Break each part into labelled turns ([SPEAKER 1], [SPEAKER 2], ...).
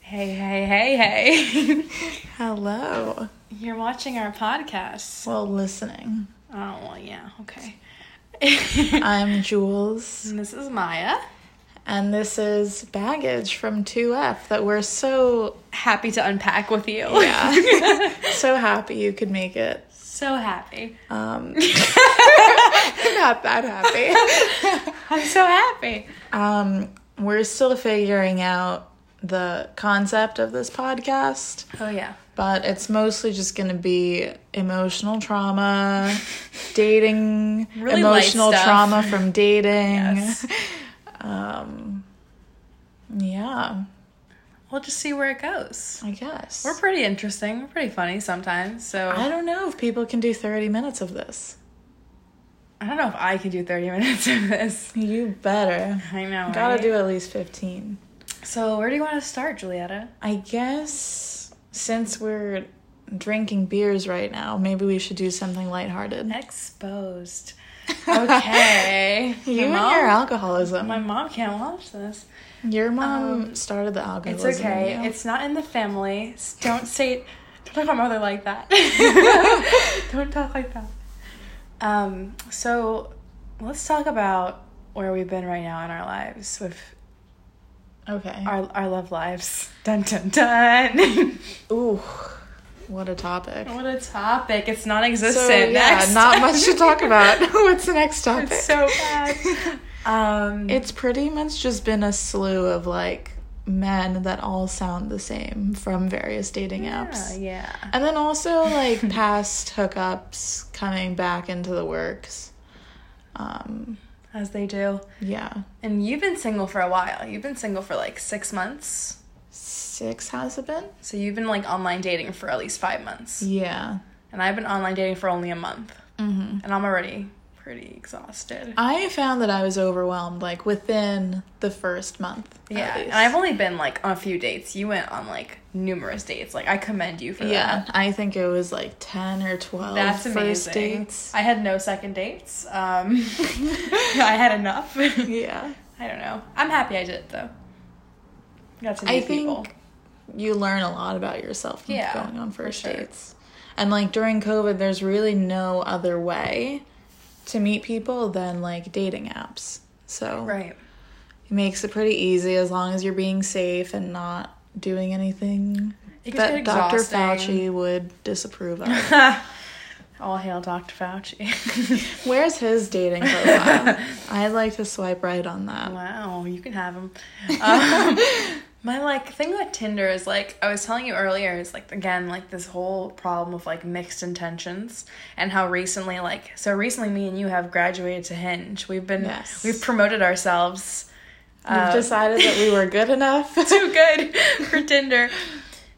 [SPEAKER 1] Hey, hey, hey, hey.
[SPEAKER 2] Hello.
[SPEAKER 1] You're watching our podcast.
[SPEAKER 2] Well, listening.
[SPEAKER 1] Oh, well, yeah, okay.
[SPEAKER 2] I'm Jules,
[SPEAKER 1] And this is Maya.
[SPEAKER 2] and this is Baggage from 2F that we're so,
[SPEAKER 1] Happy to unpack with you.
[SPEAKER 2] Yeah. so happy you could make it.
[SPEAKER 1] so happy.
[SPEAKER 2] Um, not that happy.
[SPEAKER 1] I'm so happy.
[SPEAKER 2] Um, we're still figuring out the concept of this podcast,
[SPEAKER 1] Oh, yeah.
[SPEAKER 2] but it's mostly just going to be emotional trauma, dating,
[SPEAKER 1] Really light
[SPEAKER 2] emotional
[SPEAKER 1] stuff.
[SPEAKER 2] trauma from dating.
[SPEAKER 1] Yes.
[SPEAKER 2] Um, yeah,
[SPEAKER 1] We'll just see where it goes.
[SPEAKER 2] I guess.
[SPEAKER 1] We're pretty interesting. We're pretty funny sometimes. So
[SPEAKER 2] I
[SPEAKER 1] I,
[SPEAKER 2] don't know if people can do 30 minutes of this.
[SPEAKER 1] don't know if I could do 30 minutes of this.
[SPEAKER 2] You better.
[SPEAKER 1] I know.
[SPEAKER 2] Gotta
[SPEAKER 1] right?
[SPEAKER 2] do at least 15.
[SPEAKER 1] So, where do you want to start, Julietta?
[SPEAKER 2] I guess since we're drinking beers right now, maybe we should do something lighthearted.
[SPEAKER 1] Exposed. Okay.
[SPEAKER 2] You
[SPEAKER 1] my,
[SPEAKER 2] and your
[SPEAKER 1] mom,
[SPEAKER 2] alcoholism.
[SPEAKER 1] my mom can't watch this.
[SPEAKER 2] your mom started the alcoholism.
[SPEAKER 1] Um, It's okay.
[SPEAKER 2] yeah.
[SPEAKER 1] It's not in the family. S- Don't say don't talk about mother like that. don't talk like that. Um, so let's talk about where we've been right now in our lives with
[SPEAKER 2] okay.
[SPEAKER 1] our our love lives. Dun dun dun.
[SPEAKER 2] Ooh, what a topic.
[SPEAKER 1] what a topic. It's non existent.
[SPEAKER 2] So, yeah,
[SPEAKER 1] Next.
[SPEAKER 2] not much to talk about. What's the next topic?
[SPEAKER 1] it's so bad. Um
[SPEAKER 2] It's pretty much just been a slew of like men that all sound the same from various dating
[SPEAKER 1] yeah,
[SPEAKER 2] apps.
[SPEAKER 1] yeah.
[SPEAKER 2] And then also like past hookups coming back into the works. Um
[SPEAKER 1] As they do.
[SPEAKER 2] yeah.
[SPEAKER 1] And you've been single for a while. You've been single for like six months.
[SPEAKER 2] Six has it been?
[SPEAKER 1] So you've been like online dating for at least five months.
[SPEAKER 2] Yeah.
[SPEAKER 1] And I've been online dating for only a month.
[SPEAKER 2] hmm
[SPEAKER 1] And I'm already pretty exhausted.
[SPEAKER 2] I found that I was overwhelmed like within the first month. at
[SPEAKER 1] yeah. And
[SPEAKER 2] least.
[SPEAKER 1] I've only been like on a few dates. You went on like numerous dates. Like I commend you for
[SPEAKER 2] yeah,
[SPEAKER 1] that.
[SPEAKER 2] I think it was like ten or twelve
[SPEAKER 1] That's
[SPEAKER 2] first
[SPEAKER 1] amazing.
[SPEAKER 2] dates.
[SPEAKER 1] I had no second dates. Um, I had enough. I
[SPEAKER 2] Yeah,
[SPEAKER 1] don't know. I'm happy I did it though. Got to meet
[SPEAKER 2] I think
[SPEAKER 1] people.
[SPEAKER 2] you learn a lot about yourself from
[SPEAKER 1] Yeah,
[SPEAKER 2] going on
[SPEAKER 1] for
[SPEAKER 2] first
[SPEAKER 1] sure.
[SPEAKER 2] dates. And like during COVID, there's really no other way to meet people than like dating apps. So
[SPEAKER 1] Right.
[SPEAKER 2] it makes it pretty easy as long as you're being safe and not doing anything
[SPEAKER 1] It gets
[SPEAKER 2] that
[SPEAKER 1] get
[SPEAKER 2] Dr.
[SPEAKER 1] exhausting.
[SPEAKER 2] Fauci would disapprove of.
[SPEAKER 1] All hail Dr. Fauci.
[SPEAKER 2] Where's his dating profile? I'd like to swipe right on that.
[SPEAKER 1] Wow, you can have them. Um, my like thing with Tinder is like I was telling you earlier is like again like this whole problem of like mixed intentions and how recently like so recently me and you have graduated to Hinge. We've been
[SPEAKER 2] Yes.
[SPEAKER 1] we've promoted ourselves. Uh,
[SPEAKER 2] You've decided that we were good enough.
[SPEAKER 1] too good for Tinder.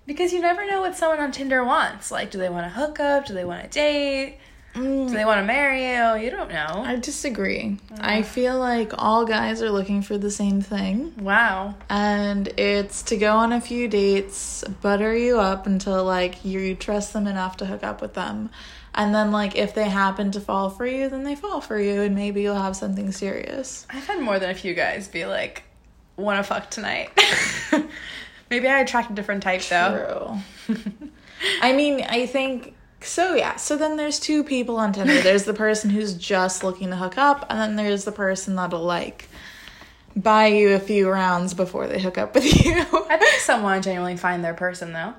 [SPEAKER 1] Because you never know what someone on Tinder wants. Like, do they want to hook up? Do they want to date? Do they want to marry you? You don't know.
[SPEAKER 2] I disagree.
[SPEAKER 1] Mm.
[SPEAKER 2] I feel like all guys are looking for the same thing,
[SPEAKER 1] Wow.
[SPEAKER 2] and it's to go on a few dates, butter you up until like you trust them enough to hook up with them. And then like if they happen to fall for you, then they fall for you and maybe you'll have something serious.
[SPEAKER 1] I've had more than a few guys be like, "Want to fuck tonight?" Maybe I attract a different type though.
[SPEAKER 2] True. I mean, I think so yeah. So then there's two people on Tinder. There's the person who's just looking to hook up, and then there's the person that'll like buy you a few rounds before they hook up with you.
[SPEAKER 1] I think someone genuinely find their person though.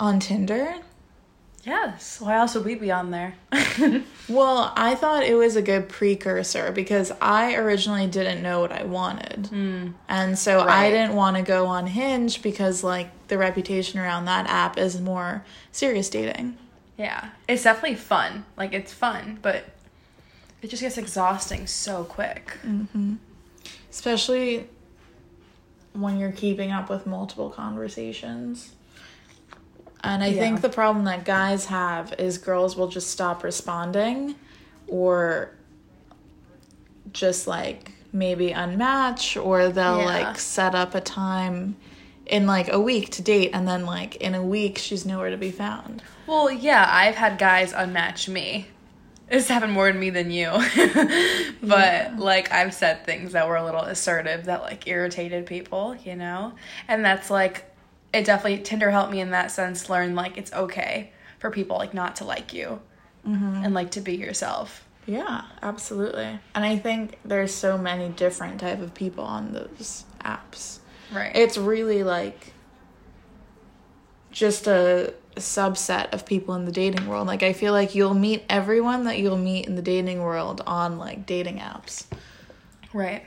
[SPEAKER 2] on Tinder?
[SPEAKER 1] Yes. Why else would we be on there?
[SPEAKER 2] Well, I thought it was a good precursor because I originally didn't know what I wanted. And so
[SPEAKER 1] Right.
[SPEAKER 2] I didn't want to go on Hinge because like the reputation around that app is more serious dating.
[SPEAKER 1] yeah, it's definitely fun. Like it's fun, but it just gets exhausting so quick.
[SPEAKER 2] especially when you're keeping up with multiple conversations. And I
[SPEAKER 1] Yeah.
[SPEAKER 2] think the problem that guys have is girls will just stop responding or just like maybe unmatch or they'll
[SPEAKER 1] Yeah.
[SPEAKER 2] like set up a time in like a week to date and then like in a week she's nowhere to be found.
[SPEAKER 1] Well, yeah, I've had guys unmatch me This happened more to me than you. but like I've said things that were a little assertive that like irritated people, you know? And that's like it definitely Tinder helped me in that sense learn like it's okay for people like not to like you and like to be yourself.
[SPEAKER 2] Yeah, absolutely. And I think there's so many different type of people on those apps.
[SPEAKER 1] Right.
[SPEAKER 2] It's really like just a subset of people in the dating world. Like I feel like you'll meet everyone that you'll meet in the dating world on like dating apps.
[SPEAKER 1] Right.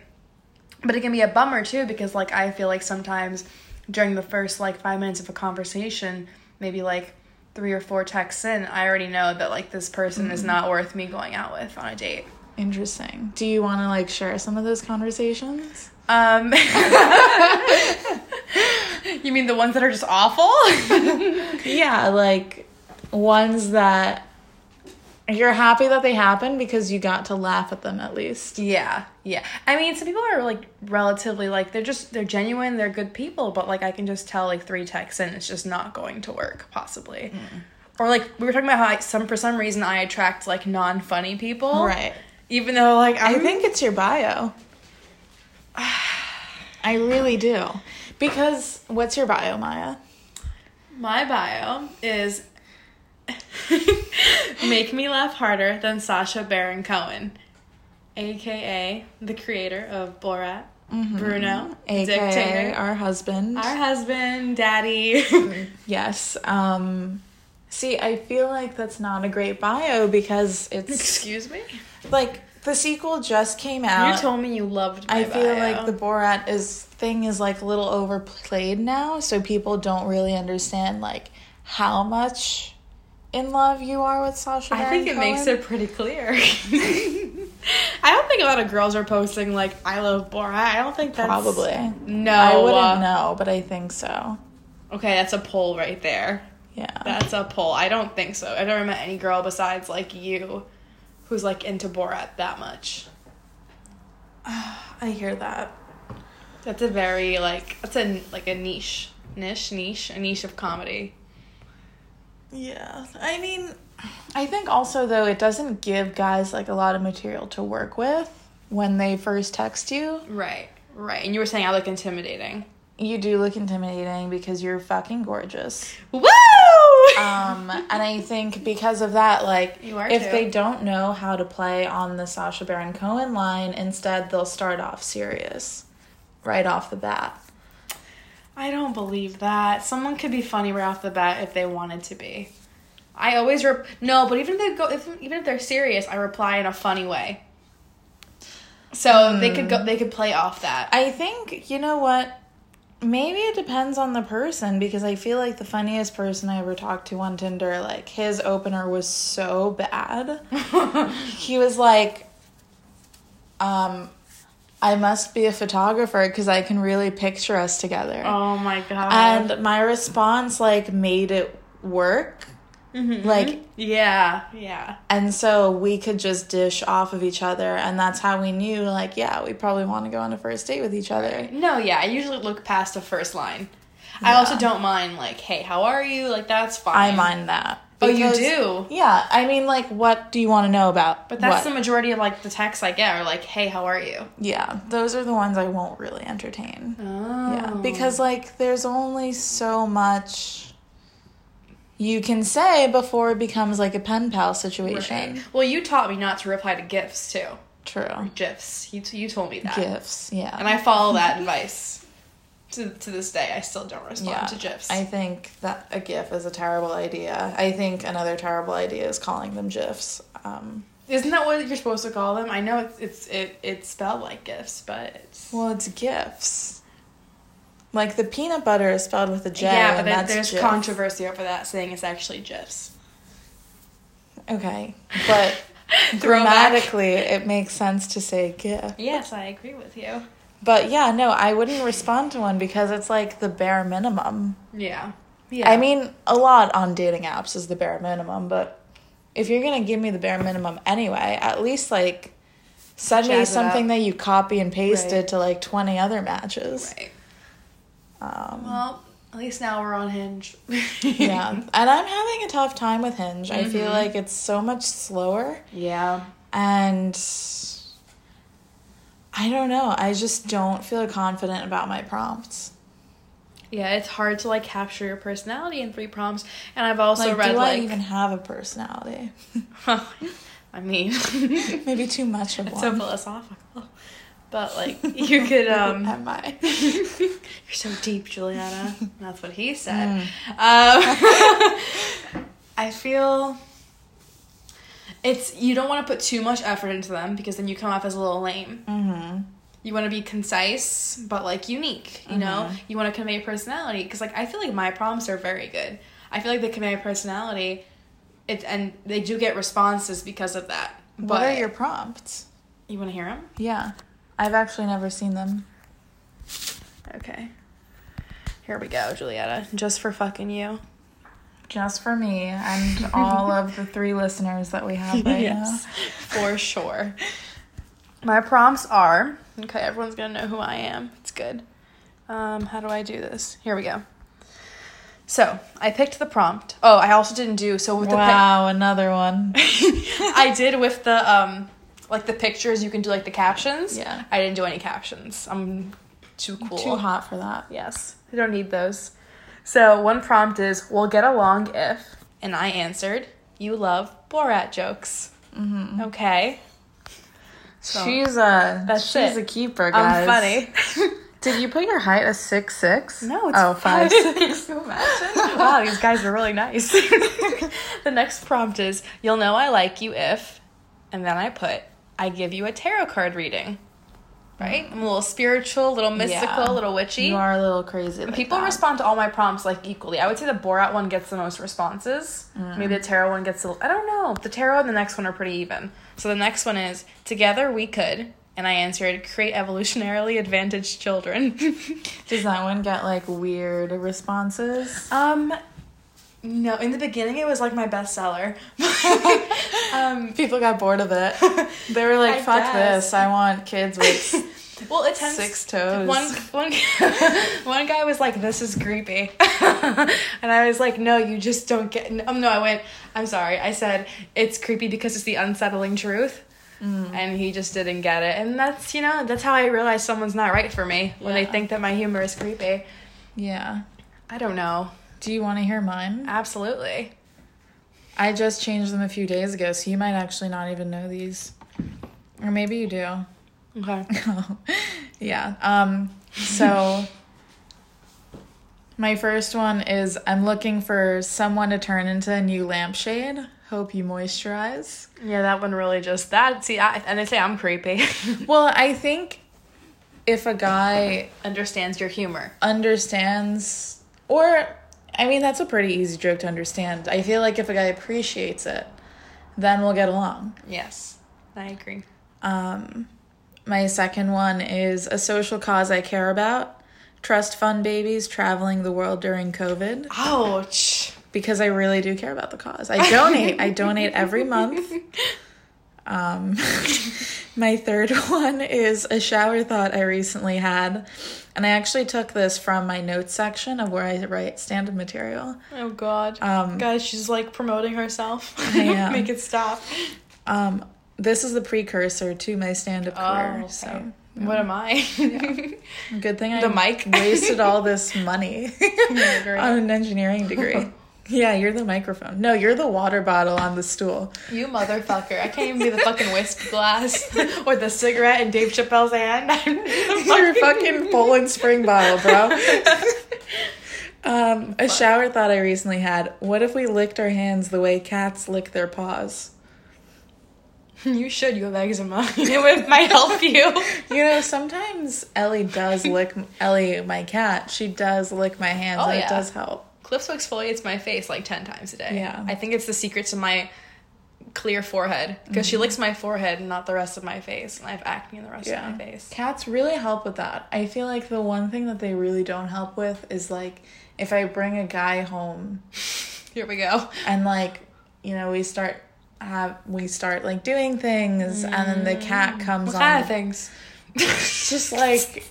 [SPEAKER 1] But it can be a bummer too because like I feel like sometimes during the first like 5 minutes of a conversation, maybe like 3 or 4 texts in, I already know that like this person is not worth me going out with on a date.
[SPEAKER 2] Interesting. Do you want to like share some of those conversations?
[SPEAKER 1] Um You mean the ones that are just awful?
[SPEAKER 2] Yeah, like ones that you're happy that they happened because you got to laugh at them at least.
[SPEAKER 1] yeah. Yeah. I mean, some people are like relatively like they're just they're genuine, they're good people, but like I can just tell like 3 texts in it's just not going to work possibly.
[SPEAKER 2] Hmm.
[SPEAKER 1] Or like we were talking about how I, some for some reason I attract like non-funny people.
[SPEAKER 2] Right.
[SPEAKER 1] Even though like
[SPEAKER 2] I
[SPEAKER 1] I'm,
[SPEAKER 2] think it's your bio. I really do. Because what's your bio, Maya?
[SPEAKER 1] my bio is make me laugh harder than Sasha Baron Cohen, aka the creator of Borat,
[SPEAKER 2] Mm-hmm.
[SPEAKER 1] Bruno,
[SPEAKER 2] AKA
[SPEAKER 1] dictator,
[SPEAKER 2] our husband.
[SPEAKER 1] our husband, daddy.
[SPEAKER 2] yes. Um see, I feel like that's not a great bio because it's
[SPEAKER 1] Excuse me.
[SPEAKER 2] like the sequel just came out.
[SPEAKER 1] You told me you loved. My
[SPEAKER 2] I feel
[SPEAKER 1] bio.
[SPEAKER 2] like the Borat is thing is like a little overplayed now, so people don't really understand like how much in love you are with Sasha.
[SPEAKER 1] I think it
[SPEAKER 2] Baron
[SPEAKER 1] makes
[SPEAKER 2] Cohen.
[SPEAKER 1] it pretty clear. I don't think a lot of girls are posting like "I love Borat." I don't think that's
[SPEAKER 2] probably.
[SPEAKER 1] No,
[SPEAKER 2] I
[SPEAKER 1] uh,
[SPEAKER 2] wouldn't know, but I think so.
[SPEAKER 1] Okay, that's a poll right there.
[SPEAKER 2] Yeah.
[SPEAKER 1] That's a poll. I don't think so. I never met any girl besides like you who's like into Borat that much.
[SPEAKER 2] I hear that.
[SPEAKER 1] That's a very like that's a like a niche. Niche, niche, a niche of comedy.
[SPEAKER 2] Yeah. I mean, I think also though it doesn't give guys like a lot of material to work with when they first text you.
[SPEAKER 1] Right. Right. And you were saying I look intimidating.
[SPEAKER 2] You do look intimidating because you're fucking gorgeous.
[SPEAKER 1] Woo!
[SPEAKER 2] Um, and I think because of that, like,
[SPEAKER 1] You are
[SPEAKER 2] if
[SPEAKER 1] too.
[SPEAKER 2] they don't know how to play on the Sasha Baron Cohen line, instead they'll start off serious right off the bat.
[SPEAKER 1] I don't believe that. Someone could be funny right off the bat if they wanted to be. I always rep- no, but even if they go if, even if they're serious, I reply in a funny way. So they could go they could play off that.
[SPEAKER 2] I think, you know what? Maybe it depends on the person because I feel like the funniest person I ever talked to on Tinder, like, his opener was so bad. he was like, um, I must be a photographer because I can really picture us together.
[SPEAKER 1] Oh my god.
[SPEAKER 2] and my response like made it work
[SPEAKER 1] Mm-hmm.
[SPEAKER 2] like
[SPEAKER 1] yeah, yeah.
[SPEAKER 2] and so we could just dish off of each other and that's how we knew like yeah we probably want to go on a first date with each other
[SPEAKER 1] No, yeah, I usually look past the first line. I also don't mind like, "Hey, how are you?" Like that's fine.
[SPEAKER 2] i mind that
[SPEAKER 1] Oh, you
[SPEAKER 2] Because-
[SPEAKER 1] do?
[SPEAKER 2] yeah i mean like what do you want to know about
[SPEAKER 1] But that's the
[SPEAKER 2] what?
[SPEAKER 1] majority of like the texts I get are like, "Hey, how are you?"
[SPEAKER 2] yeah those are the ones i won't really entertain
[SPEAKER 1] Oh.
[SPEAKER 2] yeah because like there's only so much you can say before it becomes like a pen pal situation
[SPEAKER 1] Well, you taught me not to reply to gifs too.
[SPEAKER 2] true
[SPEAKER 1] GIFs. You t- you told me that.
[SPEAKER 2] gifts yeah
[SPEAKER 1] And I follow that advice. To to this day, I still don't respond to GIFs.
[SPEAKER 2] I think that a GIF is a terrible idea. I think another terrible idea is calling them GIFs. Um,
[SPEAKER 1] Isn't that what you're supposed to call them? I know it's it's it it's spelled like gifs, but it's
[SPEAKER 2] well, it's GIFs. Like the peanut butter is spelled with a J.
[SPEAKER 1] yeah. But
[SPEAKER 2] and
[SPEAKER 1] there,
[SPEAKER 2] that's
[SPEAKER 1] there's
[SPEAKER 2] GIF.
[SPEAKER 1] controversy over that, saying it's actually GIFs.
[SPEAKER 2] Okay, but
[SPEAKER 1] Throwback.
[SPEAKER 2] grammatically, it makes sense to say GIF.
[SPEAKER 1] Yes, I agree with you.
[SPEAKER 2] But yeah, no, I wouldn't respond to one because it's like the bare minimum.
[SPEAKER 1] Yeah. Yeah.
[SPEAKER 2] I mean, a lot on dating apps is the bare minimum, but if you're gonna give me the bare minimum anyway, at least like send me
[SPEAKER 1] Jazz it
[SPEAKER 2] something
[SPEAKER 1] up.
[SPEAKER 2] that you copy and pasted
[SPEAKER 1] Right.
[SPEAKER 2] to like 20 other matches.
[SPEAKER 1] Right.
[SPEAKER 2] Um,
[SPEAKER 1] Well, At least now we're on Hinge.
[SPEAKER 2] yeah. And I'm having a tough time with Hinge. I
[SPEAKER 1] Mm-hmm.
[SPEAKER 2] feel like it's so much slower.
[SPEAKER 1] Yeah.
[SPEAKER 2] And I don't know. I just don't feel confident about my prompts.
[SPEAKER 1] Yeah, it's hard to like capture your personality in three prompts. And I've also
[SPEAKER 2] like,
[SPEAKER 1] read
[SPEAKER 2] do
[SPEAKER 1] like
[SPEAKER 2] I even have a personality?
[SPEAKER 1] I mean
[SPEAKER 2] Maybe too much of
[SPEAKER 1] it's so
[SPEAKER 2] one.
[SPEAKER 1] philosophical. But like you could um
[SPEAKER 2] Am I?
[SPEAKER 1] You're so deep, Juliana. That's what he said. Um, Mm. I feel it's you don't want to put too much effort into them because then you come off as a little lame.
[SPEAKER 2] Mm-hmm.
[SPEAKER 1] You want to be concise but like unique. You know, you want to convey personality because like I feel like my prompts are very good. I feel like they convey personality. It and they do get responses because of that. But
[SPEAKER 2] What are your prompts?
[SPEAKER 1] you want to hear them?
[SPEAKER 2] Yeah. I've actually never seen them.
[SPEAKER 1] Okay. Here we go, Juliana. Just for fucking you.
[SPEAKER 2] Just for me and all of the three listeners that we have right
[SPEAKER 1] yes, for sure. My prompts are okay. Everyone's gonna know who I am. It's good. Um, how do I do this? Here we go. So I picked the prompt. Oh, I also didn't do so with
[SPEAKER 2] now. Wow, another one.
[SPEAKER 1] the. Pic- I did with the um, like the pictures. You can do like the captions.
[SPEAKER 2] Yeah.
[SPEAKER 1] I didn't do any captions. I'm too cool.
[SPEAKER 2] Too hot for that.
[SPEAKER 1] Yes, I don't need those. So one prompt is, "We'll get along if," and I answered, "You love Borat jokes." Mm-hmm. Okay,
[SPEAKER 2] She's a
[SPEAKER 1] That's
[SPEAKER 2] she's
[SPEAKER 1] it.
[SPEAKER 2] a keeper,
[SPEAKER 1] I'm
[SPEAKER 2] guys.
[SPEAKER 1] funny.
[SPEAKER 2] Did you put your height as six six?
[SPEAKER 1] no, it's
[SPEAKER 2] oh five six.
[SPEAKER 1] six. Imagine. wow, these guys are really nice. the next prompt is, "You'll know I like you if," and then I put, "I give you a tarot card reading." Right, I'm a little spiritual, a little mystical,
[SPEAKER 2] Yeah.
[SPEAKER 1] a little witchy.
[SPEAKER 2] You are a little crazy. Like
[SPEAKER 1] People
[SPEAKER 2] that.
[SPEAKER 1] respond to all my prompts like equally. I would say the Borat one gets the most responses.
[SPEAKER 2] Mm.
[SPEAKER 1] Maybe the tarot one gets a little, I don't know. The tarot and the next one are pretty even. So the next one is Together We Could. And I answered Create Evolutionarily Advantaged Children.
[SPEAKER 2] Does that one get like weird responses?
[SPEAKER 1] um, no, in the beginning it was like my bestseller. um,
[SPEAKER 2] People got bored of it. They were like,
[SPEAKER 1] I
[SPEAKER 2] "Fuck
[SPEAKER 1] guess.
[SPEAKER 2] this! I want kids with
[SPEAKER 1] well, it tends
[SPEAKER 2] six toes."
[SPEAKER 1] One, one, one guy was like, "This is creepy," and I was like, "No, you just don't get." Um, no, I went. I'm sorry. I said it's creepy because it's the unsettling truth,
[SPEAKER 2] Mm.
[SPEAKER 1] and he just didn't get it. And that's you know that's how I realized someone's not right for me when they
[SPEAKER 2] Yeah.
[SPEAKER 1] think that my humor is creepy.
[SPEAKER 2] Yeah.
[SPEAKER 1] I don't know.
[SPEAKER 2] Do you want to hear mine?
[SPEAKER 1] Absolutely.
[SPEAKER 2] I just changed them a few days ago, so you might actually not even know these, or maybe you do.
[SPEAKER 1] Okay.
[SPEAKER 2] yeah. Um, so my first one is I'm looking for someone to turn into a new lampshade. Hope you moisturize.
[SPEAKER 1] Yeah, that one really just that. See, I, and they say I'm creepy.
[SPEAKER 2] Well, I think if a guy
[SPEAKER 1] Understands your humor.
[SPEAKER 2] understands or I mean that's a pretty easy joke to understand. I feel like if a guy appreciates it, then we'll get along.
[SPEAKER 1] Yes, I agree.
[SPEAKER 2] Um, my second one is a social cause I care about. Trust fund babies traveling the world during COVID
[SPEAKER 1] Ouch.
[SPEAKER 2] because I really do care about the cause. I donate. I donate every month. Um, my third one is a shower thought I recently had, and I actually took this from my notes section of where I write standard material.
[SPEAKER 1] Oh God.
[SPEAKER 2] Um,
[SPEAKER 1] Guys, she's like promoting herself.
[SPEAKER 2] am.
[SPEAKER 1] Make it stop.
[SPEAKER 2] um, this is the precursor to my stand-up career.
[SPEAKER 1] Oh, okay.
[SPEAKER 2] So
[SPEAKER 1] What am I?
[SPEAKER 2] good thing I
[SPEAKER 1] The mic.
[SPEAKER 2] wasted all this money. on an engineering degree. yeah, you're the microphone. No, you're the water bottle on the stool.
[SPEAKER 1] you motherfucker. I can't even be the fucking whiskey glass or the cigarette in Dave Chappelle's hand. I'm the
[SPEAKER 2] You're a fucking Poland Spring bottle, bro. Um, a shower thought I recently had. What if we licked our hands the way cats lick their paws?
[SPEAKER 1] You should. You have eczema. it might help you.
[SPEAKER 2] You know, sometimes Ellie does lick Ellie, my cat. She does lick my hands,
[SPEAKER 1] Oh,
[SPEAKER 2] and
[SPEAKER 1] yeah.
[SPEAKER 2] it does help.
[SPEAKER 1] Clips exfoliates my face like 10 times a day.
[SPEAKER 2] Yeah.
[SPEAKER 1] I think it's the secret to my clear forehead because
[SPEAKER 2] Mm-hmm.
[SPEAKER 1] she licks my forehead and not the rest of my face. And I have acne in the rest
[SPEAKER 2] Yeah.
[SPEAKER 1] of my face.
[SPEAKER 2] Cats really help with that. I feel like the one thing that they really don't help with is like if I bring a guy home
[SPEAKER 1] Here we go.
[SPEAKER 2] and like you know we start have we start like doing things and then the cat
[SPEAKER 1] Mm.
[SPEAKER 2] comes
[SPEAKER 1] What
[SPEAKER 2] on
[SPEAKER 1] kind of things?
[SPEAKER 2] It's just like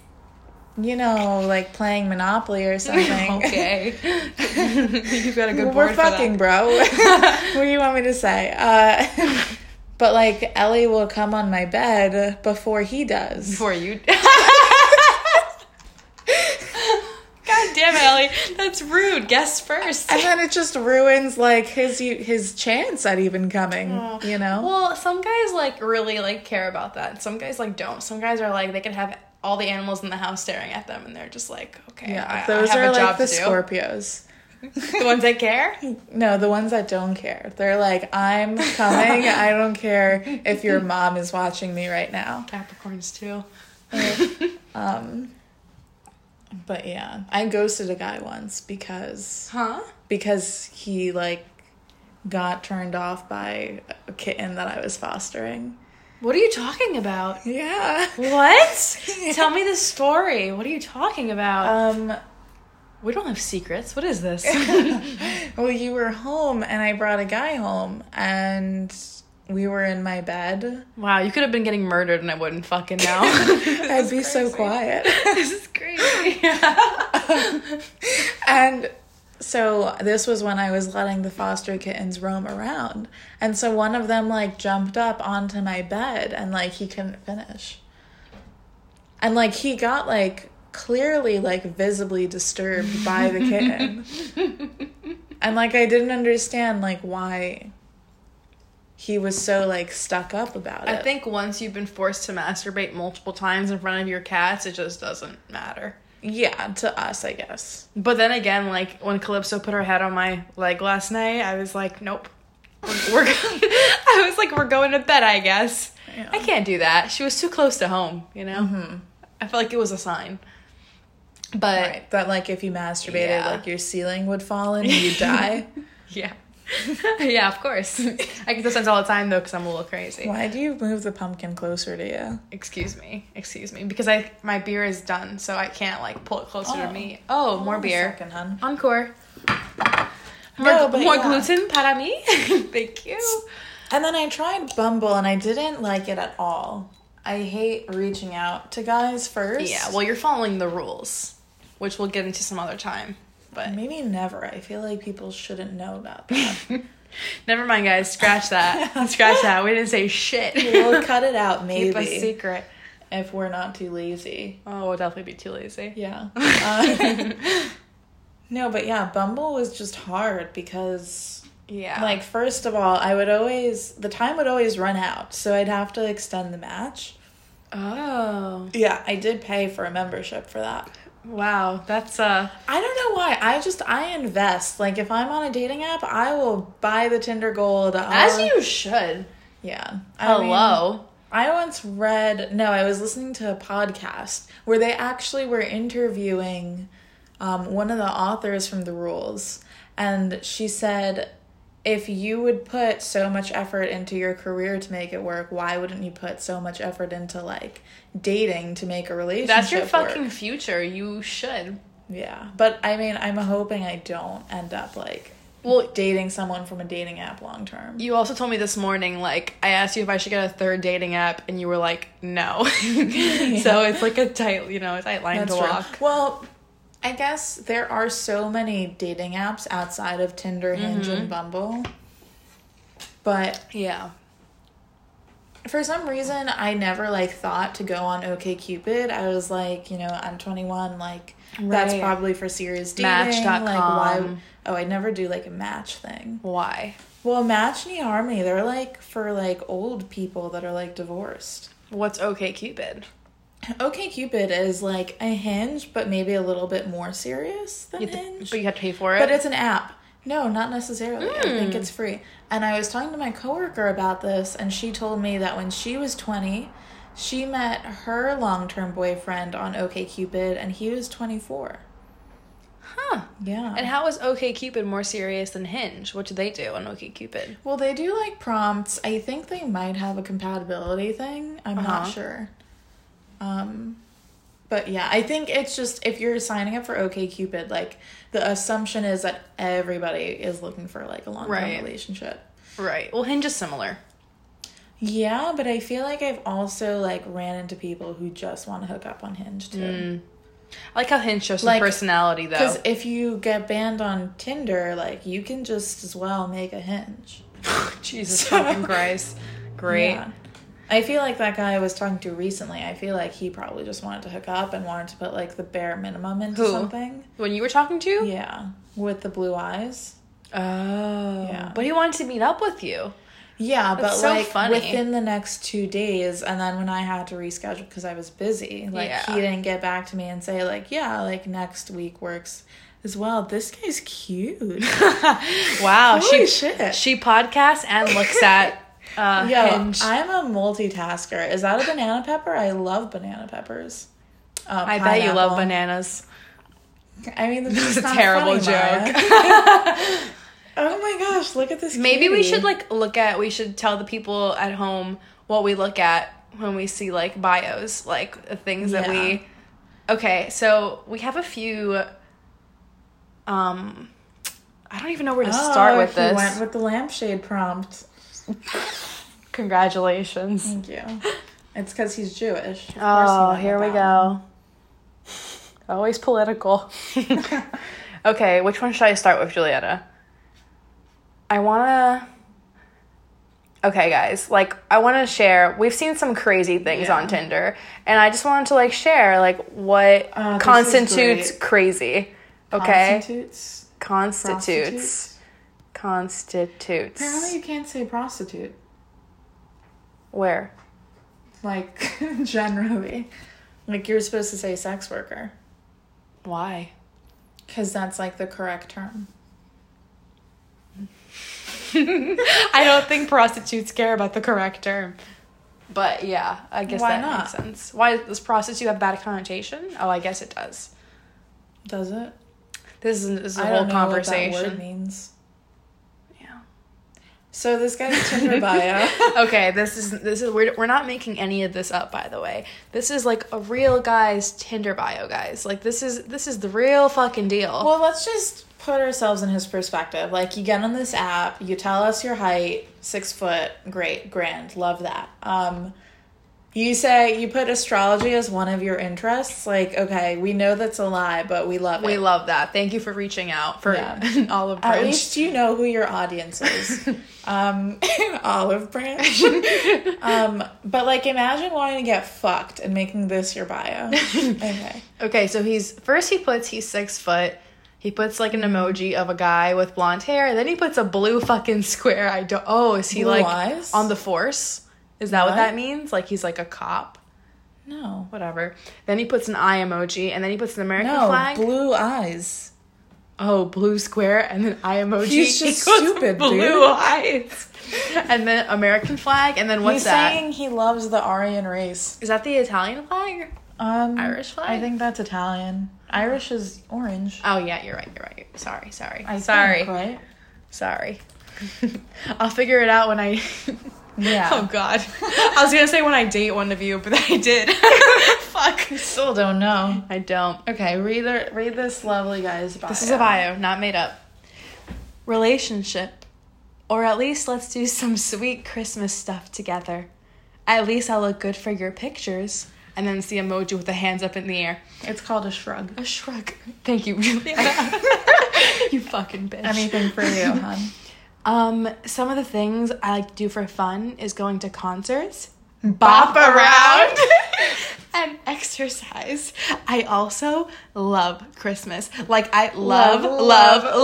[SPEAKER 2] you know, like playing Monopoly or something.
[SPEAKER 3] Okay. you got a good
[SPEAKER 2] We're
[SPEAKER 3] board for that.
[SPEAKER 2] fucking, bro. what do you want me to say? Uh, but like Ellie will come on my bed before he does.
[SPEAKER 3] Before you. God damn, Ellie. That's rude. Guess first.
[SPEAKER 2] and then it just ruins like his his chance at even coming. You know.
[SPEAKER 1] Oh. Well, some guys like really like care about that. Some guys like don't. Some guys are like they can have all the animals in the house staring at them, and they're just like, okay,
[SPEAKER 2] yeah,
[SPEAKER 1] I,
[SPEAKER 2] those
[SPEAKER 1] I have
[SPEAKER 2] are
[SPEAKER 1] a job
[SPEAKER 2] like the
[SPEAKER 1] to
[SPEAKER 2] Scorpios.
[SPEAKER 1] do. the ones that care.
[SPEAKER 2] No, the ones that don't care. They're like, I'm coming. I don't care if your mom is watching me right now.
[SPEAKER 1] Capricorns too.
[SPEAKER 2] Um, but yeah, I ghosted a guy once because
[SPEAKER 1] Huh?
[SPEAKER 2] because he like got turned off by a kitten that I was fostering.
[SPEAKER 1] What are you talking about?
[SPEAKER 2] Yeah.
[SPEAKER 1] What? Tell me the story. What are you talking about?
[SPEAKER 2] Um.
[SPEAKER 1] Uh, we don't have secrets. What is this?
[SPEAKER 2] Well, you were home, and I brought a guy home, and we were in my bed.
[SPEAKER 1] wow, you could have been getting murdered and I wouldn't fucking know.
[SPEAKER 2] I'd be so quiet.
[SPEAKER 1] this is crazy.
[SPEAKER 2] And so this was when I was letting the foster kittens roam around. And so one of them like jumped up onto my bed and like he couldn't finish. And like he got like clearly like visibly disturbed by the kitten. and like I didn't understand like why he was so like stuck up about
[SPEAKER 1] I
[SPEAKER 2] it.
[SPEAKER 1] think once you've been forced to masturbate multiple times in front of your cats, it just doesn't matter.
[SPEAKER 2] yeah, to us, I guess.
[SPEAKER 1] But then again, like when Calypso put her head on my leg last night, I was like, nope. We're, we're I was like, we're going to bed, I guess.
[SPEAKER 2] Yeah.
[SPEAKER 1] I can't do that. She was too close to home, you know?
[SPEAKER 2] Mm-hmm.
[SPEAKER 1] I felt like it was a sign. But
[SPEAKER 2] Right. That like if you masturbated,
[SPEAKER 1] Yeah.
[SPEAKER 2] like your ceiling would fall in and you'd die.
[SPEAKER 1] yeah. yeah, of course. I get those signs all the time though, because I'm a little crazy.
[SPEAKER 2] Why do you move the pumpkin closer to you?
[SPEAKER 1] Excuse me, excuse me, because I my beer is done, so I can't like pull it closer
[SPEAKER 2] Oh.
[SPEAKER 1] to me. Oh, more beer.
[SPEAKER 2] Second, hun.
[SPEAKER 1] Encore. More,
[SPEAKER 2] No, but
[SPEAKER 1] more
[SPEAKER 2] yeah.
[SPEAKER 1] gluten para mi. Thank you.
[SPEAKER 2] And then I tried Bumble and I didn't like it at all. I hate reaching out to guys first.
[SPEAKER 1] Yeah, well, you're following the rules, which we'll get into some other time. But
[SPEAKER 2] maybe never. I feel like people shouldn't know about that.
[SPEAKER 1] never mind, guys. Scratch that. Scratch that. We didn't say shit.
[SPEAKER 2] we'll cut it out
[SPEAKER 1] Keep a
[SPEAKER 2] maybe
[SPEAKER 1] secret.
[SPEAKER 2] if we're not too lazy.
[SPEAKER 1] Oh, we'll definitely be too lazy.
[SPEAKER 2] Yeah. Uh, no, but yeah, Bumble was just hard because
[SPEAKER 1] Yeah.
[SPEAKER 2] Like, first of all, I would always, the time would always run out, so I'd have to extend the match.
[SPEAKER 1] oh,
[SPEAKER 2] Yeah, I did pay for a membership for that.
[SPEAKER 1] wow. That's uh.
[SPEAKER 2] I don't know why. I just, I invest. Like, if I'm on a dating app, I will buy the Tinder Gold. I'll-
[SPEAKER 1] As you should.
[SPEAKER 2] Yeah. I mean,
[SPEAKER 1] Hello.
[SPEAKER 2] I once read, no, I was listening to a podcast where they actually were interviewing um, one of the authors from The Rules, and she said, if you would put so much effort into your career to make it work, why wouldn't you put so much effort into like dating to make a relationship?
[SPEAKER 1] That's your
[SPEAKER 2] work?"
[SPEAKER 1] fucking future. You should.
[SPEAKER 2] yeah. But I mean, I'm hoping I don't end up like
[SPEAKER 1] Well-
[SPEAKER 2] dating someone from a dating app long term.
[SPEAKER 1] You also told me this morning, like, I asked you if I should get a third dating app, and you were like, no. So it's like a tight, you know, a tight line to
[SPEAKER 2] That's true.
[SPEAKER 1] walk.
[SPEAKER 2] Well, I guess there are so many dating apps outside of Tinder, Hinge,
[SPEAKER 1] Mm-hmm.
[SPEAKER 2] and Bumble. But
[SPEAKER 1] Yeah.
[SPEAKER 2] for some reason, I never like thought to go on OKCupid. I was like, you know, I'm 21. Like that's
[SPEAKER 1] Right.
[SPEAKER 2] probably for serious dating.
[SPEAKER 1] Match.com.
[SPEAKER 2] Like why? Oh, I never do like a match thing.
[SPEAKER 1] Why?
[SPEAKER 2] Well, Match and eHarmony, they're like for like old people that are like divorced.
[SPEAKER 1] What's OK Cupid?
[SPEAKER 2] OKCupid is like a Hinge, but maybe a little bit more serious than Hinge.
[SPEAKER 1] But you have to pay for it. Hmm.
[SPEAKER 2] But it's an app. No, not necessarily. I think it's free. And I was talking to my coworker about this, and she told me that when she was 20, she met her long term boyfriend on OKCupid, and he was 24.
[SPEAKER 1] huh.
[SPEAKER 2] Yeah.
[SPEAKER 1] And how is OK Cupid more serious than Hinge? What do they do on OK Cupid?
[SPEAKER 2] well, they do like prompts. I think they might have a compatibility thing. I'm not
[SPEAKER 1] Uh-huh.
[SPEAKER 2] sure. Um, but yeah, I think it's just if you're signing up for OKCupid, like the assumption is that everybody is looking for like a long term
[SPEAKER 1] Right.
[SPEAKER 2] relationship.
[SPEAKER 1] Right. Well, Hinge is similar.
[SPEAKER 2] Yeah,
[SPEAKER 1] Mm.
[SPEAKER 2] but I feel like I've also like ran into people who just want to hook up on Hinge too.
[SPEAKER 1] I like how Hinge shows some
[SPEAKER 2] Like,
[SPEAKER 1] personality though.
[SPEAKER 2] Because if you get banned on Tinder, like you can just as well make a hinge.
[SPEAKER 1] Jesus
[SPEAKER 2] So-
[SPEAKER 1] fucking Christ. Great.
[SPEAKER 2] Yeah. I feel like that guy I was talking to recently. I feel like he probably just wanted to hook up and wanted to put like the bare minimum into
[SPEAKER 1] Who?
[SPEAKER 2] something.
[SPEAKER 1] When you were talking to?
[SPEAKER 2] Yeah, with the blue eyes.
[SPEAKER 1] Oh.
[SPEAKER 2] Yeah.
[SPEAKER 1] But he wanted to meet up with you.
[SPEAKER 2] Yeah,
[SPEAKER 1] That's
[SPEAKER 2] but
[SPEAKER 1] so
[SPEAKER 2] like
[SPEAKER 1] funny.
[SPEAKER 2] within the next two days, and then when I had to reschedule because I was busy, like
[SPEAKER 1] Yeah.
[SPEAKER 2] he didn't get back to me and say like, yeah, like next week works as well. This guy's cute.
[SPEAKER 1] Wow. she
[SPEAKER 2] Holy shit.
[SPEAKER 1] she podcasts and looks at uh
[SPEAKER 2] Yo,
[SPEAKER 1] Hinge.
[SPEAKER 2] I'm a multitasker. Is that a banana pepper? I love banana peppers. Uh,
[SPEAKER 1] I bet you love
[SPEAKER 2] pineapple.
[SPEAKER 1] bananas.
[SPEAKER 2] I mean, this
[SPEAKER 1] That's
[SPEAKER 2] is
[SPEAKER 1] a
[SPEAKER 2] not
[SPEAKER 1] terrible
[SPEAKER 2] funny, Maya.
[SPEAKER 1] joke.
[SPEAKER 2] oh my gosh, look at this.
[SPEAKER 1] Maybe we
[SPEAKER 2] cutie.
[SPEAKER 1] should like look at we should tell the people at home what we look at when we see like bios, like the things that
[SPEAKER 2] Yeah.
[SPEAKER 1] we Okay, so we have a few um I don't even know where to
[SPEAKER 2] Oh,
[SPEAKER 1] start with
[SPEAKER 2] he
[SPEAKER 1] this.
[SPEAKER 2] Went with the lampshade prompt.
[SPEAKER 1] Congratulations.
[SPEAKER 2] Thank you. It's because he's Jewish. Of course he
[SPEAKER 1] Oh,
[SPEAKER 2] went
[SPEAKER 1] here
[SPEAKER 2] with
[SPEAKER 1] we
[SPEAKER 2] that one.
[SPEAKER 1] go. Always political. okay, which one should I start with, Julietta? I wanna. Okay, guys, like, I wanna share. We've seen some crazy things
[SPEAKER 2] Yeah.
[SPEAKER 1] on Tinder, and I just wanted to, like, share, like, what
[SPEAKER 2] Oh, this is
[SPEAKER 1] constitutes
[SPEAKER 2] great.
[SPEAKER 1] crazy. Okay?
[SPEAKER 2] Prostitutes.
[SPEAKER 1] Constitutes.
[SPEAKER 2] Prostitutes.
[SPEAKER 1] Constitutes.
[SPEAKER 2] Apparently, you can't say prostitute.
[SPEAKER 1] Where?
[SPEAKER 2] Like generally, like you're supposed to say sex worker
[SPEAKER 1] Why?
[SPEAKER 2] because that's like the correct term.
[SPEAKER 3] I don't think prostitutes care about the correct term.
[SPEAKER 1] But yeah, I guess
[SPEAKER 2] Why
[SPEAKER 1] that
[SPEAKER 2] not?
[SPEAKER 1] makes sense. Why does prostitute have bad connotation? Oh, I guess it does.
[SPEAKER 2] Does it?
[SPEAKER 1] This is, this is a
[SPEAKER 2] I
[SPEAKER 1] whole
[SPEAKER 2] don't know what that
[SPEAKER 1] conversation.
[SPEAKER 2] word means.
[SPEAKER 1] Yeah.
[SPEAKER 2] So this guy's Tinder bio.
[SPEAKER 1] okay, this is this is we're we're not making any of this up by the way. This is like a real guy's Tinder bio, guys. Like this is this is the real fucking deal.
[SPEAKER 2] Well, let's just put ourselves in his perspective. Like, you get on this app, you tell us your height, six foot, great, grand, love that. Um, you say you put astrology as one of your interests. Like, okay, we know that's a lie, but we love
[SPEAKER 1] we
[SPEAKER 2] it.
[SPEAKER 1] love that. Thank you for reaching out for
[SPEAKER 2] Yeah.
[SPEAKER 1] Olive
[SPEAKER 2] At
[SPEAKER 1] Branch.
[SPEAKER 2] least you know who your audience is. um, olive branch. um, but like, imagine wanting to get fucked and making this your bio. Okay.
[SPEAKER 1] Okay, so he's first he puts he's six foot. He puts like an emoji of a guy with blonde hair, and then he puts a blue fucking square. I don't. Oh, is he
[SPEAKER 2] Blue
[SPEAKER 1] like
[SPEAKER 2] eyes?
[SPEAKER 1] on the force? Is that what?
[SPEAKER 2] What?
[SPEAKER 1] that means? Like he's like a cop,
[SPEAKER 2] No.
[SPEAKER 1] whatever. Then he puts an eye emoji, and then he puts an American
[SPEAKER 2] No,
[SPEAKER 1] flag.
[SPEAKER 2] blue eyes.
[SPEAKER 1] oh, blue square, and then eye emoji.
[SPEAKER 2] He's just
[SPEAKER 1] equals
[SPEAKER 2] stupid,
[SPEAKER 1] Blue
[SPEAKER 2] dude.
[SPEAKER 1] eyes, and then American flag, and then what's
[SPEAKER 2] He's
[SPEAKER 1] that? Is
[SPEAKER 2] saying he loves the Aryan race.
[SPEAKER 1] that the Italian flag?
[SPEAKER 2] Um,
[SPEAKER 1] Irish flag?
[SPEAKER 2] I think that's Italian. Irish is orange.
[SPEAKER 1] Oh yeah, you're right. You're right. Sorry, sorry,
[SPEAKER 2] I
[SPEAKER 1] sorry.
[SPEAKER 2] think, right?
[SPEAKER 1] Sorry. I'll figure it out when I.
[SPEAKER 2] Yeah.
[SPEAKER 3] Oh God, I was gonna say when I date one of you, but I did. Fuck.
[SPEAKER 2] Still don't know.
[SPEAKER 1] I don't.
[SPEAKER 2] Okay, read the, read this lovely guy's bio.
[SPEAKER 1] This is a bio, not made up. Relationship. Or at least let's do some sweet Christmas stuff together. At least I'll look good for your pictures. And then it's the emoji with the hands up in the air.
[SPEAKER 2] It's called a shrug.
[SPEAKER 1] A shrug. Thank you, Juliana. you fucking bitch.
[SPEAKER 2] Anything for you, hon.
[SPEAKER 1] Um, some of the things I like to do for fun is going to concerts,
[SPEAKER 2] Bop around.
[SPEAKER 1] and exercise. I also love Christmas. Like I love, love, love,
[SPEAKER 2] Love, love,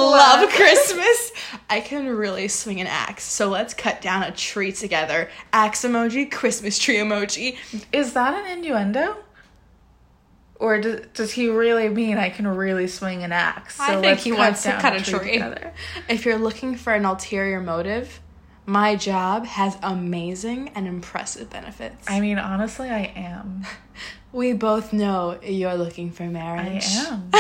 [SPEAKER 2] love.
[SPEAKER 1] Christmas. I can really swing an axe. So let's cut down a tree together. Axe emoji, Christmas tree emoji.
[SPEAKER 2] Is that an innuendo? Or does, does he really mean I can really swing an axe? So
[SPEAKER 3] I think
[SPEAKER 2] let's
[SPEAKER 3] he wants to
[SPEAKER 2] down
[SPEAKER 3] cut a tree.
[SPEAKER 2] together.
[SPEAKER 1] If you're looking for an ulterior motive, my job has amazing and impressive benefits.
[SPEAKER 2] I mean, honestly, I am.
[SPEAKER 1] We both know you're looking for
[SPEAKER 2] I
[SPEAKER 1] marriage.
[SPEAKER 2] am.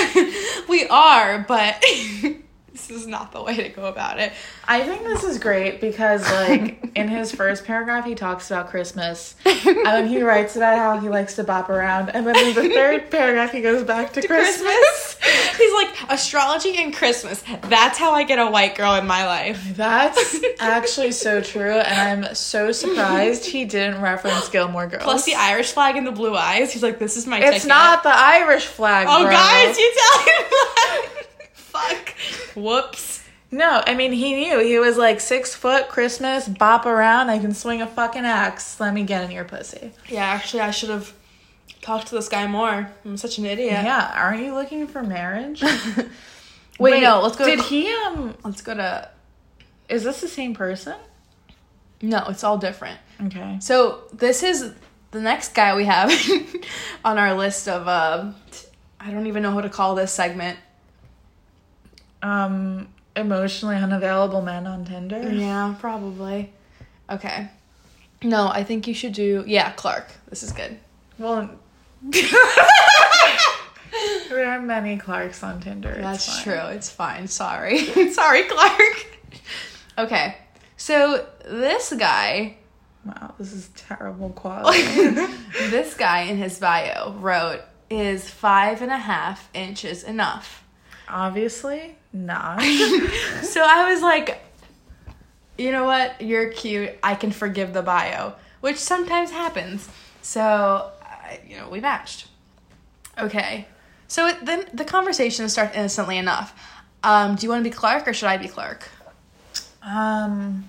[SPEAKER 1] we are, but this is not the way to go about it.
[SPEAKER 2] I think this is great because, like, in his first paragraph, he talks about Christmas. And then he writes about how he likes to bop around. And then in the third paragraph, he goes back to, Christmas.
[SPEAKER 1] Christmas. He's like, astrology and Christmas. That's how I get a white girl in my life.
[SPEAKER 2] That's actually so true, and I'm so surprised he didn't reference Gilmore Girls.
[SPEAKER 1] Plus the Irish flag and the blue eyes. He's like, this is my.
[SPEAKER 2] it's
[SPEAKER 1] ticket.
[SPEAKER 2] not the Irish flag.
[SPEAKER 1] Oh,
[SPEAKER 2] bro.
[SPEAKER 1] guys, you tell him. Fuck. Whoops.
[SPEAKER 2] No, I mean he knew. He was like six foot, Christmas, bop around. I can swing a fucking axe. Let me get in your pussy.
[SPEAKER 1] Yeah, actually, I should have talked to this guy more. I'm such an idiot.
[SPEAKER 2] Yeah, aren't you looking for marriage? Wait,
[SPEAKER 1] Wait, no, let's go to
[SPEAKER 2] Did
[SPEAKER 1] cl-
[SPEAKER 2] he? Um,
[SPEAKER 1] Let's go to.
[SPEAKER 2] is this the same person?
[SPEAKER 1] No, it's all different.
[SPEAKER 2] Okay.
[SPEAKER 1] So this is the next guy we have on our list of. Uh, I don't even know how to call this segment.
[SPEAKER 2] Um, emotionally unavailable men on Tinder.
[SPEAKER 1] Yeah, probably. Okay. No, I think you should do. Yeah, Clark. This is good.
[SPEAKER 2] Well, there are many Clarks on Tinder. it's
[SPEAKER 1] That's
[SPEAKER 2] fine.
[SPEAKER 1] true. It's fine. Sorry. Sorry, Clark. Okay. So this guy,
[SPEAKER 2] Wow, this is terrible quality.
[SPEAKER 1] this guy in his bio wrote, is five and a half inches enough.
[SPEAKER 2] Obviously, not.
[SPEAKER 1] So I was like, you know what? You're cute. I can forgive the bio, which sometimes happens. So, I, you know, we matched. Okay. So it, then the conversation starts innocently enough. Um, do you want to be Clark or should I be Clark?
[SPEAKER 2] Um,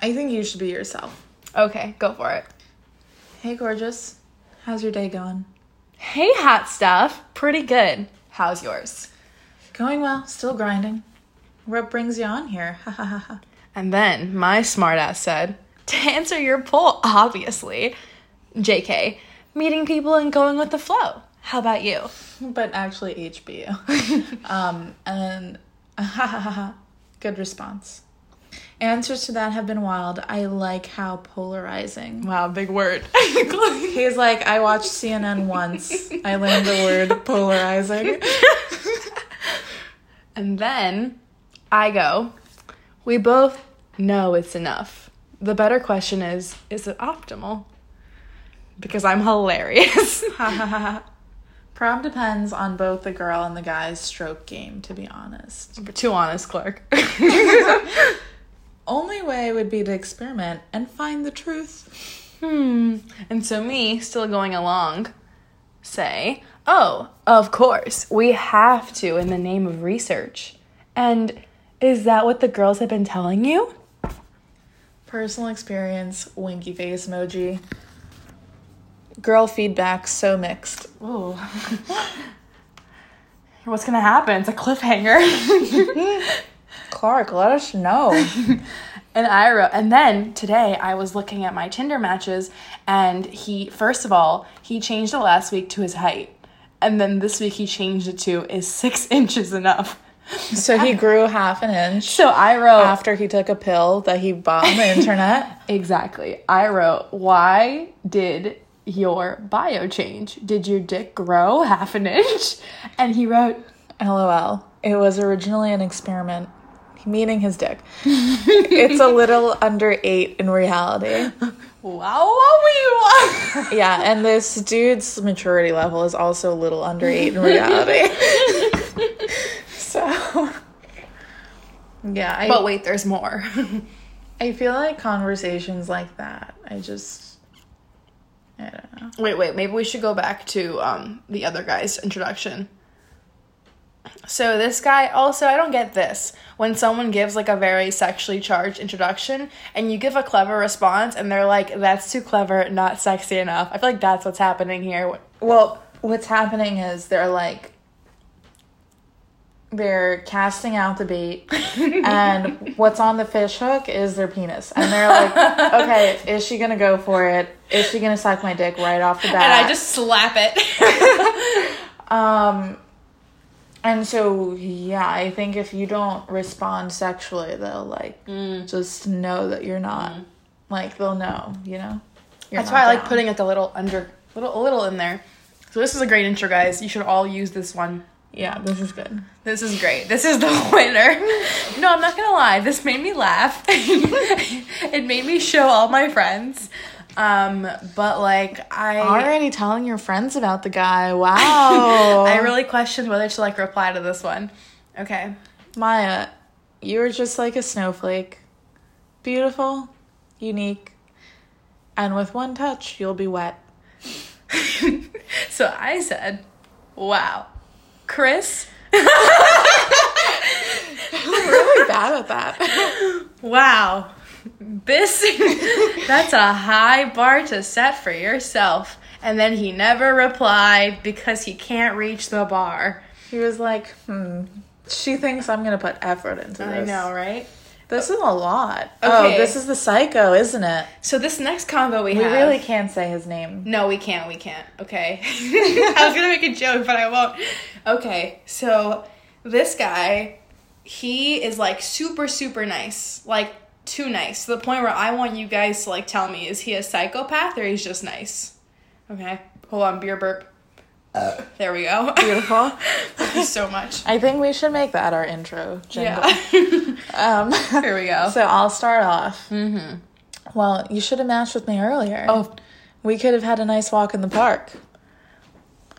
[SPEAKER 2] I think you should be yourself.
[SPEAKER 1] Okay, go for it.
[SPEAKER 2] Hey, gorgeous. How's your day going?
[SPEAKER 1] Hey, hot stuff. Pretty good. How's yours?
[SPEAKER 2] Going well. Still grinding. What brings you on here? Ha ha ha ha.
[SPEAKER 1] And then my smartass said, To answer your poll, obviously. JK, meeting people and going with the flow. How about you?
[SPEAKER 2] But actually, HBU. um, and ha ha ha ha. Good response. Answers to that have been wild. I like how polarizing.
[SPEAKER 1] Wow, big word.
[SPEAKER 2] He's like, I watched CNN once. I learned the word polarizing.
[SPEAKER 1] and then I go, We both know it's enough. The better question is, is it optimal? Because I'm hilarious.
[SPEAKER 2] Prom depends on both the girl and the guy's stroke game, to be honest.
[SPEAKER 1] Too honest, Clark.
[SPEAKER 2] only way would be to experiment and find the truth.
[SPEAKER 1] Hmm. And so, me, still going along, say, Oh, of course, we have to in the name of research. And is that what the girls have been telling you?
[SPEAKER 2] Personal experience, winky face emoji. Girl feedback so mixed.
[SPEAKER 1] Ooh. What's gonna happen? It's a cliffhanger.
[SPEAKER 2] Clark, let us know.
[SPEAKER 1] and I wrote, and then today I was looking at my Tinder matches, and he, first of all, he changed it last week to his height. And then this week he changed it to, is six inches enough?
[SPEAKER 2] so he grew half an inch
[SPEAKER 1] So I wrote,
[SPEAKER 2] after he took a pill that he bought on the internet.
[SPEAKER 1] Exactly. I wrote, Why did your bio change? Did your dick grow half an inch? And he wrote,
[SPEAKER 2] LOL. It was originally an experiment. Meaning his dick. it's a little under eight in reality.
[SPEAKER 1] Wow, what we
[SPEAKER 2] Yeah, and this dude's maturity level is also a little under eight in reality. so, yeah, I,
[SPEAKER 1] But wait, there's more.
[SPEAKER 2] I feel like conversations like that, I just, I don't know.
[SPEAKER 1] wait, wait, maybe we should go back to um, the other guy's introduction. So this guy also I don't get this. When someone gives like a very sexually charged introduction and you give a clever response and they're like that's too clever, not sexy enough. I feel like that's what's happening here.
[SPEAKER 2] Well, what's happening is they're like, they're casting out the bait, and what's on the fish hook is their penis. And they're like, okay, is she gonna go for it? Is she gonna suck my dick right off the bat?
[SPEAKER 1] And I just slap it.
[SPEAKER 2] Um, and so yeah, I think if you don't respond sexually, they'll like
[SPEAKER 1] Mm.
[SPEAKER 2] just know that you're not like they'll know, you know. You're
[SPEAKER 1] That's
[SPEAKER 2] not
[SPEAKER 1] why I like
[SPEAKER 2] down.
[SPEAKER 1] putting like a little under, little a little in there. So this is a great intro, guys. You should all use this one.
[SPEAKER 2] Yeah, this is good.
[SPEAKER 1] This is great. This is the winner. No, I'm not gonna lie. This made me laugh. it made me show all my friends. Um, but like I
[SPEAKER 2] Already telling your friends about the guy. Wow.
[SPEAKER 1] I really questioned whether to like reply to this one. Okay.
[SPEAKER 2] Maya, you're just like a snowflake. Beautiful, unique, and with one touch, you'll be wet.
[SPEAKER 1] So I said, "Wow, Chris,
[SPEAKER 2] really bad at that.
[SPEAKER 1] wow. This that's a high bar to set for yourself." And then he never replied because he can't reach the bar.
[SPEAKER 2] He was like, hmm, she thinks I'm going to put effort into this.
[SPEAKER 1] right?
[SPEAKER 2] This is a lot. Oh,
[SPEAKER 1] Okay.
[SPEAKER 2] this is the psycho, isn't it?
[SPEAKER 1] So this next combo we,
[SPEAKER 2] We
[SPEAKER 1] have
[SPEAKER 2] really can't say his name.
[SPEAKER 1] No, we can't. We can't. Okay. I was gonna make a joke, but I won't. Okay. So this guy, he is like super, super nice. Like too nice to the point where I want you guys to like tell me is he a psychopath or he's just nice? Okay. Hold on. Beer burp. there we go.
[SPEAKER 2] Beautiful.
[SPEAKER 1] Thank you so much.
[SPEAKER 2] I think we should make that our intro. Jingle.
[SPEAKER 1] Yeah.
[SPEAKER 2] Um,
[SPEAKER 1] Here we go.
[SPEAKER 2] So I'll start off. Mm-hmm. Well, you should have matched with me earlier.
[SPEAKER 1] Oh.
[SPEAKER 2] We could have had a nice walk in the park.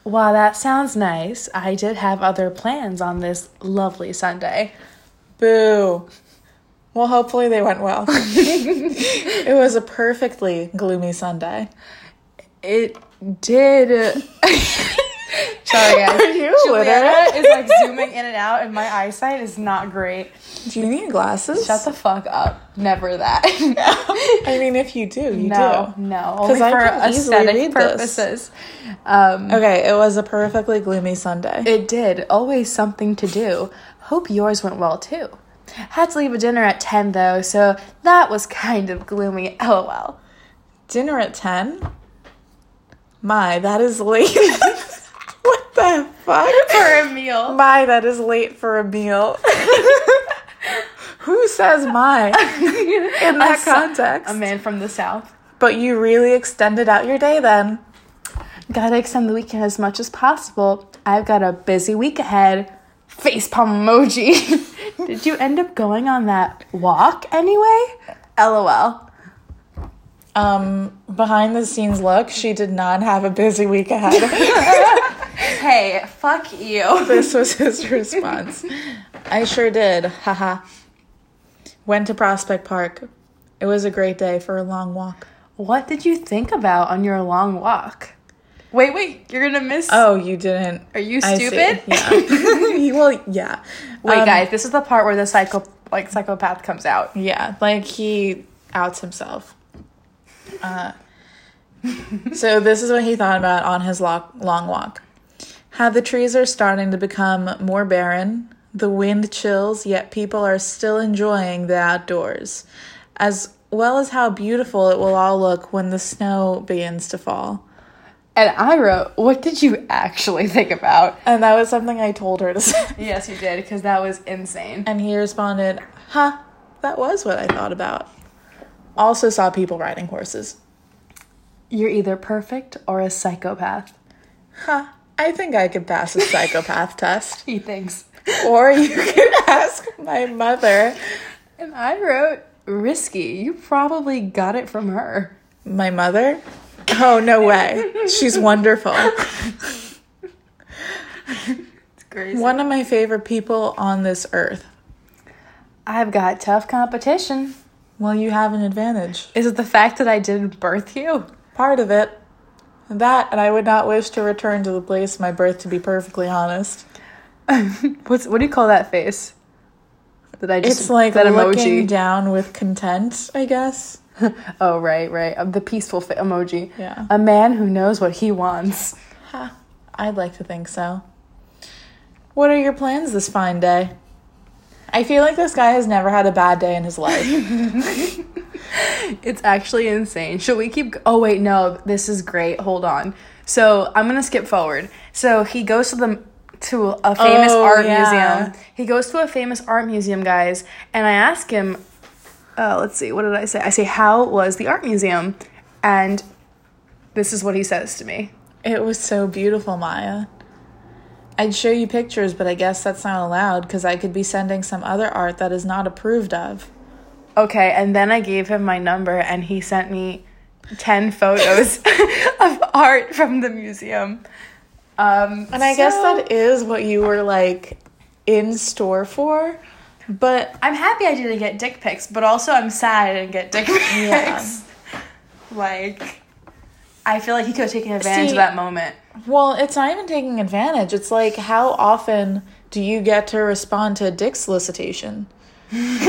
[SPEAKER 1] While that sounds nice, I did have other plans on this lovely Sunday.
[SPEAKER 2] Boo. Well, hopefully they went well. it was a perfectly gloomy Sunday.
[SPEAKER 1] It did. Sorry, guys.
[SPEAKER 2] Are you
[SPEAKER 1] Juliana
[SPEAKER 2] illiterate?
[SPEAKER 1] is like zooming in and out, and my eyesight is not great.
[SPEAKER 2] Do you need glasses?
[SPEAKER 1] Shut the fuck up. Never that.
[SPEAKER 2] I mean, if you do, you
[SPEAKER 1] no,
[SPEAKER 2] do.
[SPEAKER 1] no. Only
[SPEAKER 2] 'Cause I
[SPEAKER 1] for
[SPEAKER 2] can easily
[SPEAKER 1] aesthetic
[SPEAKER 2] read this. Oh.
[SPEAKER 1] purposes. Um,
[SPEAKER 2] Okay, it was a perfectly gloomy Sunday.
[SPEAKER 1] it did. Always something to do. Hope yours went well too. Had to leave a dinner at 10 though, so that was kind of gloomy. Oh, LOL.
[SPEAKER 2] Dinner at 10? My, that is late. what the fuck?
[SPEAKER 1] For a meal.
[SPEAKER 2] My, that is late for a meal. Who says my in that context?
[SPEAKER 1] A man from the south.
[SPEAKER 2] But you really extended out your day then.
[SPEAKER 1] Gotta extend the weekend as much as possible. I've got a busy week ahead. Facepalm emoji. Did you end up going on that walk anyway? LOL.
[SPEAKER 2] Um, behind the scenes look, she did not have a busy week ahead.
[SPEAKER 1] Hey, fuck you.
[SPEAKER 2] this was his response. I sure did. Haha. Went to Prospect Park. It was a great day for a long walk.
[SPEAKER 1] What did you think about on your long walk? Wait, wait, you're gonna miss.
[SPEAKER 2] Oh, you didn't.
[SPEAKER 1] Are you
[SPEAKER 2] I see.
[SPEAKER 1] stupid?
[SPEAKER 2] Yeah. well, yeah.
[SPEAKER 1] wait,
[SPEAKER 2] Um,
[SPEAKER 1] guys, this is the part where the psycho like psychopath comes out.
[SPEAKER 2] Yeah, like he outs himself. Uh, so this is what he thought about on his lo- long walk. How the trees are starting to become more barren, the wind chills, yet people are still enjoying the outdoors, as well as how beautiful it will all look when the snow begins to fall.
[SPEAKER 1] And I wrote, "What did you actually think about?"
[SPEAKER 2] And that was something I told her to say.
[SPEAKER 1] Uh, Yes, you did, because that was insane.
[SPEAKER 2] And he responded, Huh, that was what I thought about. Also saw people riding horses.
[SPEAKER 1] You're either perfect or a psychopath.
[SPEAKER 2] Huh. I think I could pass a psychopath test.
[SPEAKER 1] He thinks.
[SPEAKER 2] Or you could ask my mother.
[SPEAKER 1] And I wrote, risky. You probably got it from her.
[SPEAKER 2] My mother? Oh, no way. She's wonderful.
[SPEAKER 1] It's crazy.
[SPEAKER 2] One of my favorite people on this earth.
[SPEAKER 1] I've got tough competition.
[SPEAKER 2] Well, you have an advantage.
[SPEAKER 1] Is it the fact that I didn't birth you?
[SPEAKER 2] Part of it. That, and I would not wish to return to the place of my birth, to be perfectly honest.
[SPEAKER 1] What's what do you call that face? That I just
[SPEAKER 2] It's like
[SPEAKER 1] that
[SPEAKER 2] looking
[SPEAKER 1] emoji.
[SPEAKER 2] down with content, I guess.
[SPEAKER 1] Oh right, right. Um, the peaceful fa- emoji.
[SPEAKER 2] Yeah.
[SPEAKER 1] A man who knows what he wants.
[SPEAKER 2] Huh. I'd like to think so. What are your plans this fine day? I feel like this guy has never had a bad day in his life.
[SPEAKER 1] It's actually insane. Should we keep? Oh wait, no. This is great. Hold on. So I'm gonna skip forward. So he goes to the to a famous
[SPEAKER 2] Oh,
[SPEAKER 1] art
[SPEAKER 2] yeah.
[SPEAKER 1] museum. He goes to a famous art museum, guys, and I ask him. Uh, let's see. What did I say? I say, "How was the art museum?" And this is what he says to me.
[SPEAKER 2] it was so beautiful, Maya. I'd show you pictures, but I guess that's not allowed because I could be sending some other art that is not approved of.
[SPEAKER 1] Okay, and then I gave him my number, and he sent me 10 photos of art from the museum. Um,
[SPEAKER 2] And I guess
[SPEAKER 1] so-
[SPEAKER 2] that is what you were like in store for. But
[SPEAKER 1] I'm happy I didn't get dick pics, but also I'm sad I didn't get dick pics.
[SPEAKER 2] Yeah.
[SPEAKER 1] Like, I feel like he could have taken advantage
[SPEAKER 2] See-
[SPEAKER 1] of that moment.
[SPEAKER 2] well, it's not even taking advantage. It's like how often do you get to respond to a dick solicitation?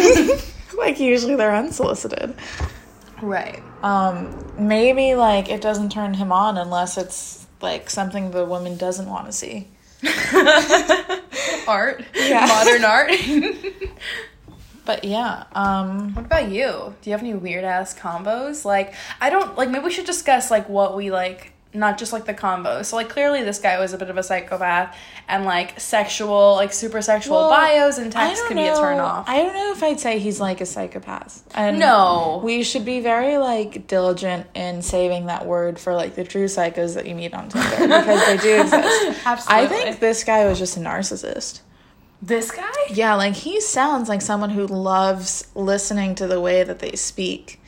[SPEAKER 2] like usually they're unsolicited.
[SPEAKER 1] Right.
[SPEAKER 2] Um maybe like it doesn't turn him on unless it's like something the woman doesn't want to see.
[SPEAKER 1] Art.
[SPEAKER 2] Yeah.
[SPEAKER 1] Modern art.
[SPEAKER 2] But yeah, um
[SPEAKER 1] what about you? Do you have any weird ass combos? Like, I don't, like, maybe we should discuss, like, what we like. Not just like the combo. So like clearly this guy was a bit of a psychopath and like sexual, like super sexual
[SPEAKER 2] Well,
[SPEAKER 1] bios and
[SPEAKER 2] I
[SPEAKER 1] texts
[SPEAKER 2] don't
[SPEAKER 1] can be a turn
[SPEAKER 2] know-
[SPEAKER 1] off.
[SPEAKER 2] I don't know if I'd say he's like a psychopath. And
[SPEAKER 1] No.
[SPEAKER 2] We should be very like diligent in saving that word for like the true psychos that you meet on Tinder because they do exist. I
[SPEAKER 3] Absolutely.
[SPEAKER 2] think this guy was just a narcissist.
[SPEAKER 1] This guy?
[SPEAKER 2] Yeah, like he sounds like someone who loves listening to the way that they speak.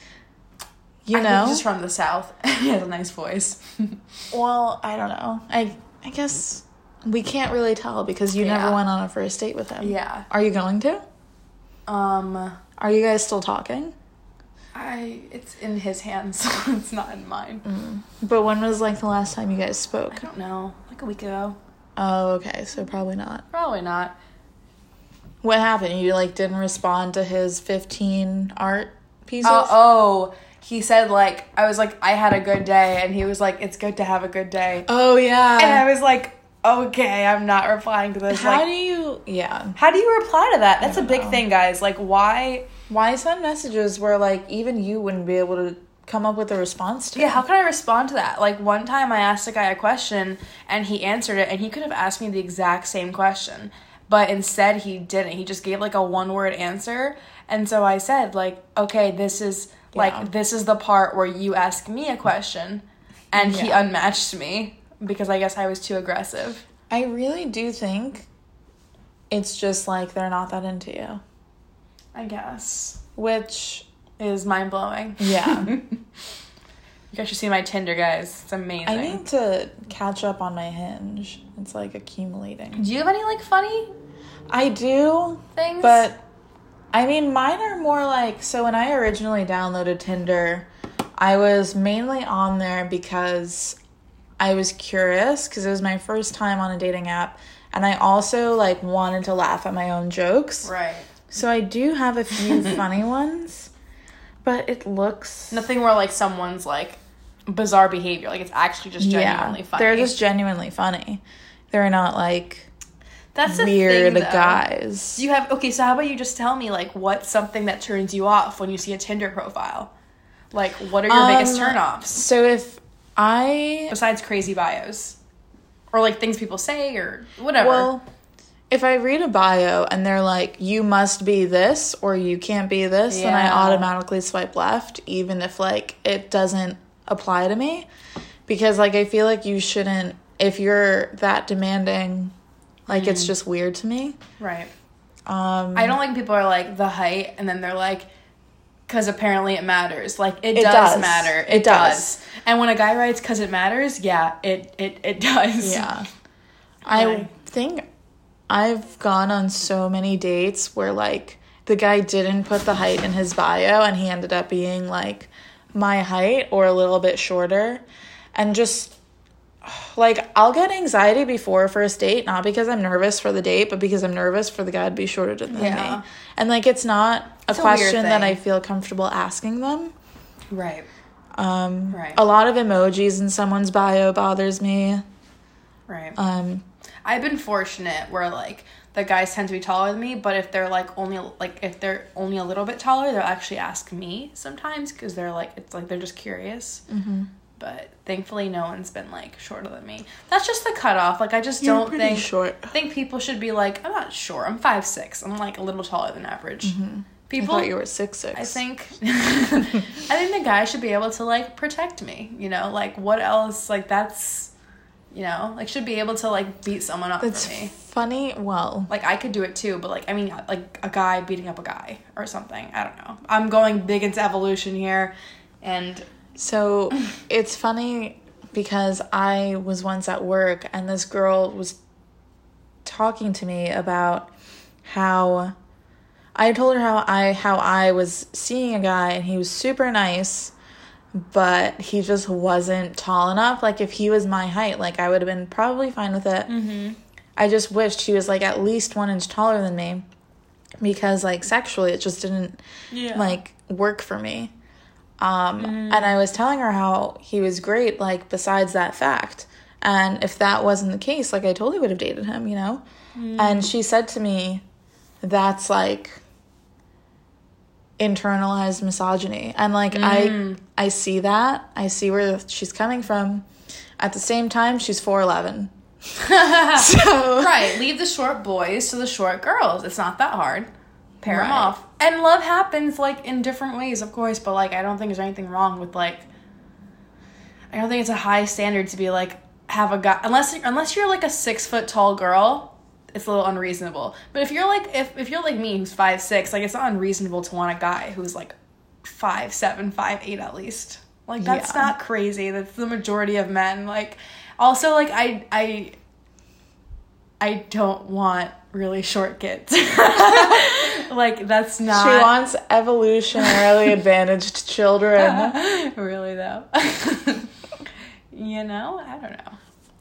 [SPEAKER 2] You know?
[SPEAKER 1] He's just from the south. he has a nice voice.
[SPEAKER 2] well, I don't know. I I guess we can't really tell because you
[SPEAKER 1] Yeah.
[SPEAKER 2] never went on a first date with him.
[SPEAKER 1] Yeah.
[SPEAKER 2] Are you going to?
[SPEAKER 1] Um
[SPEAKER 2] Are you guys still talking?
[SPEAKER 1] I it's in his hands, so it's not in mine.
[SPEAKER 2] But when was like the last time you guys spoke?
[SPEAKER 1] I don't know. Like a week ago.
[SPEAKER 2] Oh, okay. So probably not.
[SPEAKER 1] Probably not.
[SPEAKER 2] What happened? You like didn't respond to his 15 art pieces?
[SPEAKER 1] Uh, oh, he said like I was like I had a good day and he was like it's good to have a good day.
[SPEAKER 2] Oh,
[SPEAKER 1] And
[SPEAKER 2] yeah.
[SPEAKER 1] I was like okay, I'm not replying to this
[SPEAKER 2] How
[SPEAKER 1] like
[SPEAKER 2] do you Yeah.
[SPEAKER 1] how do you reply to that? That's a big thing, guys. Like why
[SPEAKER 2] Why send messages where like even you wouldn't be able to come up with a response to?
[SPEAKER 1] Yeah, how can I respond to that? Like one time I asked a guy a question and he answered it and he could have asked me the exact same question. But instead he didn't. He just gave like a one word answer. And so I said like, "Okay, this is like
[SPEAKER 2] Yeah.
[SPEAKER 1] this is the part where you ask me a question." And he
[SPEAKER 2] Yeah.
[SPEAKER 1] unmatched me because I guess I was too aggressive.
[SPEAKER 2] I really do think it's just like they're not that into you,
[SPEAKER 1] I guess
[SPEAKER 2] which
[SPEAKER 1] it is mind blowing.
[SPEAKER 2] yeah.
[SPEAKER 1] You guys should see my Tinder, guys. It's amazing.
[SPEAKER 2] I need to catch up on my hinge. It's like accumulating.
[SPEAKER 1] Do you have any like funny
[SPEAKER 2] I do,
[SPEAKER 1] things?
[SPEAKER 2] But I mean, mine are more like so when I originally downloaded Tinder, I was mainly on there because I was curious because it was my first time on a dating app and I also like wanted to laugh at my own jokes.
[SPEAKER 1] right.
[SPEAKER 2] So I do have a few funny ones, but it looks
[SPEAKER 1] Nothing where like someone's like bizarre behavior. Like it's actually just genuinely
[SPEAKER 2] yeah,
[SPEAKER 1] funny.
[SPEAKER 2] They're just genuinely funny. They're not like
[SPEAKER 1] that's the thing,
[SPEAKER 2] weird
[SPEAKER 1] though.
[SPEAKER 2] guys.
[SPEAKER 1] Do you have okay? So how about you just tell me like what's something that turns you off when you see a Tinder profile? Like what are your biggest
[SPEAKER 2] Um,
[SPEAKER 1] turnoffs
[SPEAKER 2] So if I
[SPEAKER 1] besides crazy bios, or like things people say or whatever?
[SPEAKER 2] Well, if I read a bio and they're like, you must be this or you can't be this, then I
[SPEAKER 1] Yeah.
[SPEAKER 2] automatically swipe left, even if like it doesn't apply to me. Because like I feel like you shouldn't, if you're that demanding, like it's just weird to me.
[SPEAKER 1] right.
[SPEAKER 2] Um,
[SPEAKER 1] I don't like when people are like the height and then they're like. Because apparently it matters. Like it,
[SPEAKER 2] It
[SPEAKER 1] does,
[SPEAKER 2] does.
[SPEAKER 1] matter.
[SPEAKER 2] It
[SPEAKER 1] It,
[SPEAKER 2] does.
[SPEAKER 1] does. And when a guy writes "cause it matters," yeah, it it it does.
[SPEAKER 2] Yeah. I
[SPEAKER 1] Right.
[SPEAKER 2] think I've gone on so many dates where like the guy didn't put the height in his bio and he ended up being like my height or a little bit shorter and just like I'll get anxiety before a first date not because I'm nervous for the date but because I'm nervous for the guy to be shorter than
[SPEAKER 1] Yeah.
[SPEAKER 2] me. And like it's not a
[SPEAKER 1] It's a weird
[SPEAKER 2] question that
[SPEAKER 1] thing.
[SPEAKER 2] I feel comfortable asking them.
[SPEAKER 1] Right.
[SPEAKER 2] Um
[SPEAKER 1] Right.
[SPEAKER 2] a lot of emojis in someone's bio bothers me.
[SPEAKER 1] Right.
[SPEAKER 2] Um
[SPEAKER 1] I've been fortunate where like the guys tend to be taller than me, but if they're like only like if they're only a little bit taller, they'll actually ask me sometimes because they're like it's like they're just curious.
[SPEAKER 2] Mm-hmm.
[SPEAKER 1] But thankfully, no one's been like shorter than me. That's just the cutoff. Like I just
[SPEAKER 2] You're
[SPEAKER 1] don't
[SPEAKER 2] pretty
[SPEAKER 1] think
[SPEAKER 2] short.
[SPEAKER 1] I think people should be like I'm not sure. I'm five six. I'm like a little taller than average. People,
[SPEAKER 2] Mm-hmm. I thought you were six six.
[SPEAKER 1] I think I think the guy should be able to like protect me, you know? Like what else? Like that's you know, like should be able to like beat someone up
[SPEAKER 2] That's
[SPEAKER 1] for me.
[SPEAKER 2] funny. Well,
[SPEAKER 1] Like I could do it too, but like I mean like a guy beating up a guy or something. I don't know. I'm going big into evolution here and
[SPEAKER 2] So it's funny because I was once at work and this girl was talking to me about how I told her how I how I was seeing a guy and he was super nice but he just wasn't tall enough like if he was my height like I would have been probably fine with it. I just wished he was like at least 1 inch taller than me because like sexually it just didn't
[SPEAKER 4] Yeah.
[SPEAKER 2] like work for me. Um, And I was telling her how he was great, like, besides that fact. And if that wasn't the case, like, I totally would have dated him, you know? And she said to me, that's like internalized misogyny. And, like,
[SPEAKER 1] Mm.
[SPEAKER 2] I, I see that. I see where she's coming from. At the same time, she's 4'11. so,
[SPEAKER 1] Right. Leave the short boys to the short girls. It's not that hard. Pair them
[SPEAKER 2] Right.
[SPEAKER 1] off. And love happens like in different ways, of course, but like I don't think there's anything wrong with like I don't think it's a high standard to be like have a guy unless unless you're like a six foot tall girl, it's a little unreasonable. But if you're like if, if you're like me who's five six, like it's not unreasonable to want a guy who's like five seven, five eight at least. Like that's
[SPEAKER 2] Yeah.
[SPEAKER 1] not crazy. That's the majority of men. Like also like I I I don't want really short kids. like that's not
[SPEAKER 2] she wants evolutionarily advantaged children.
[SPEAKER 1] really though. you know, I don't know.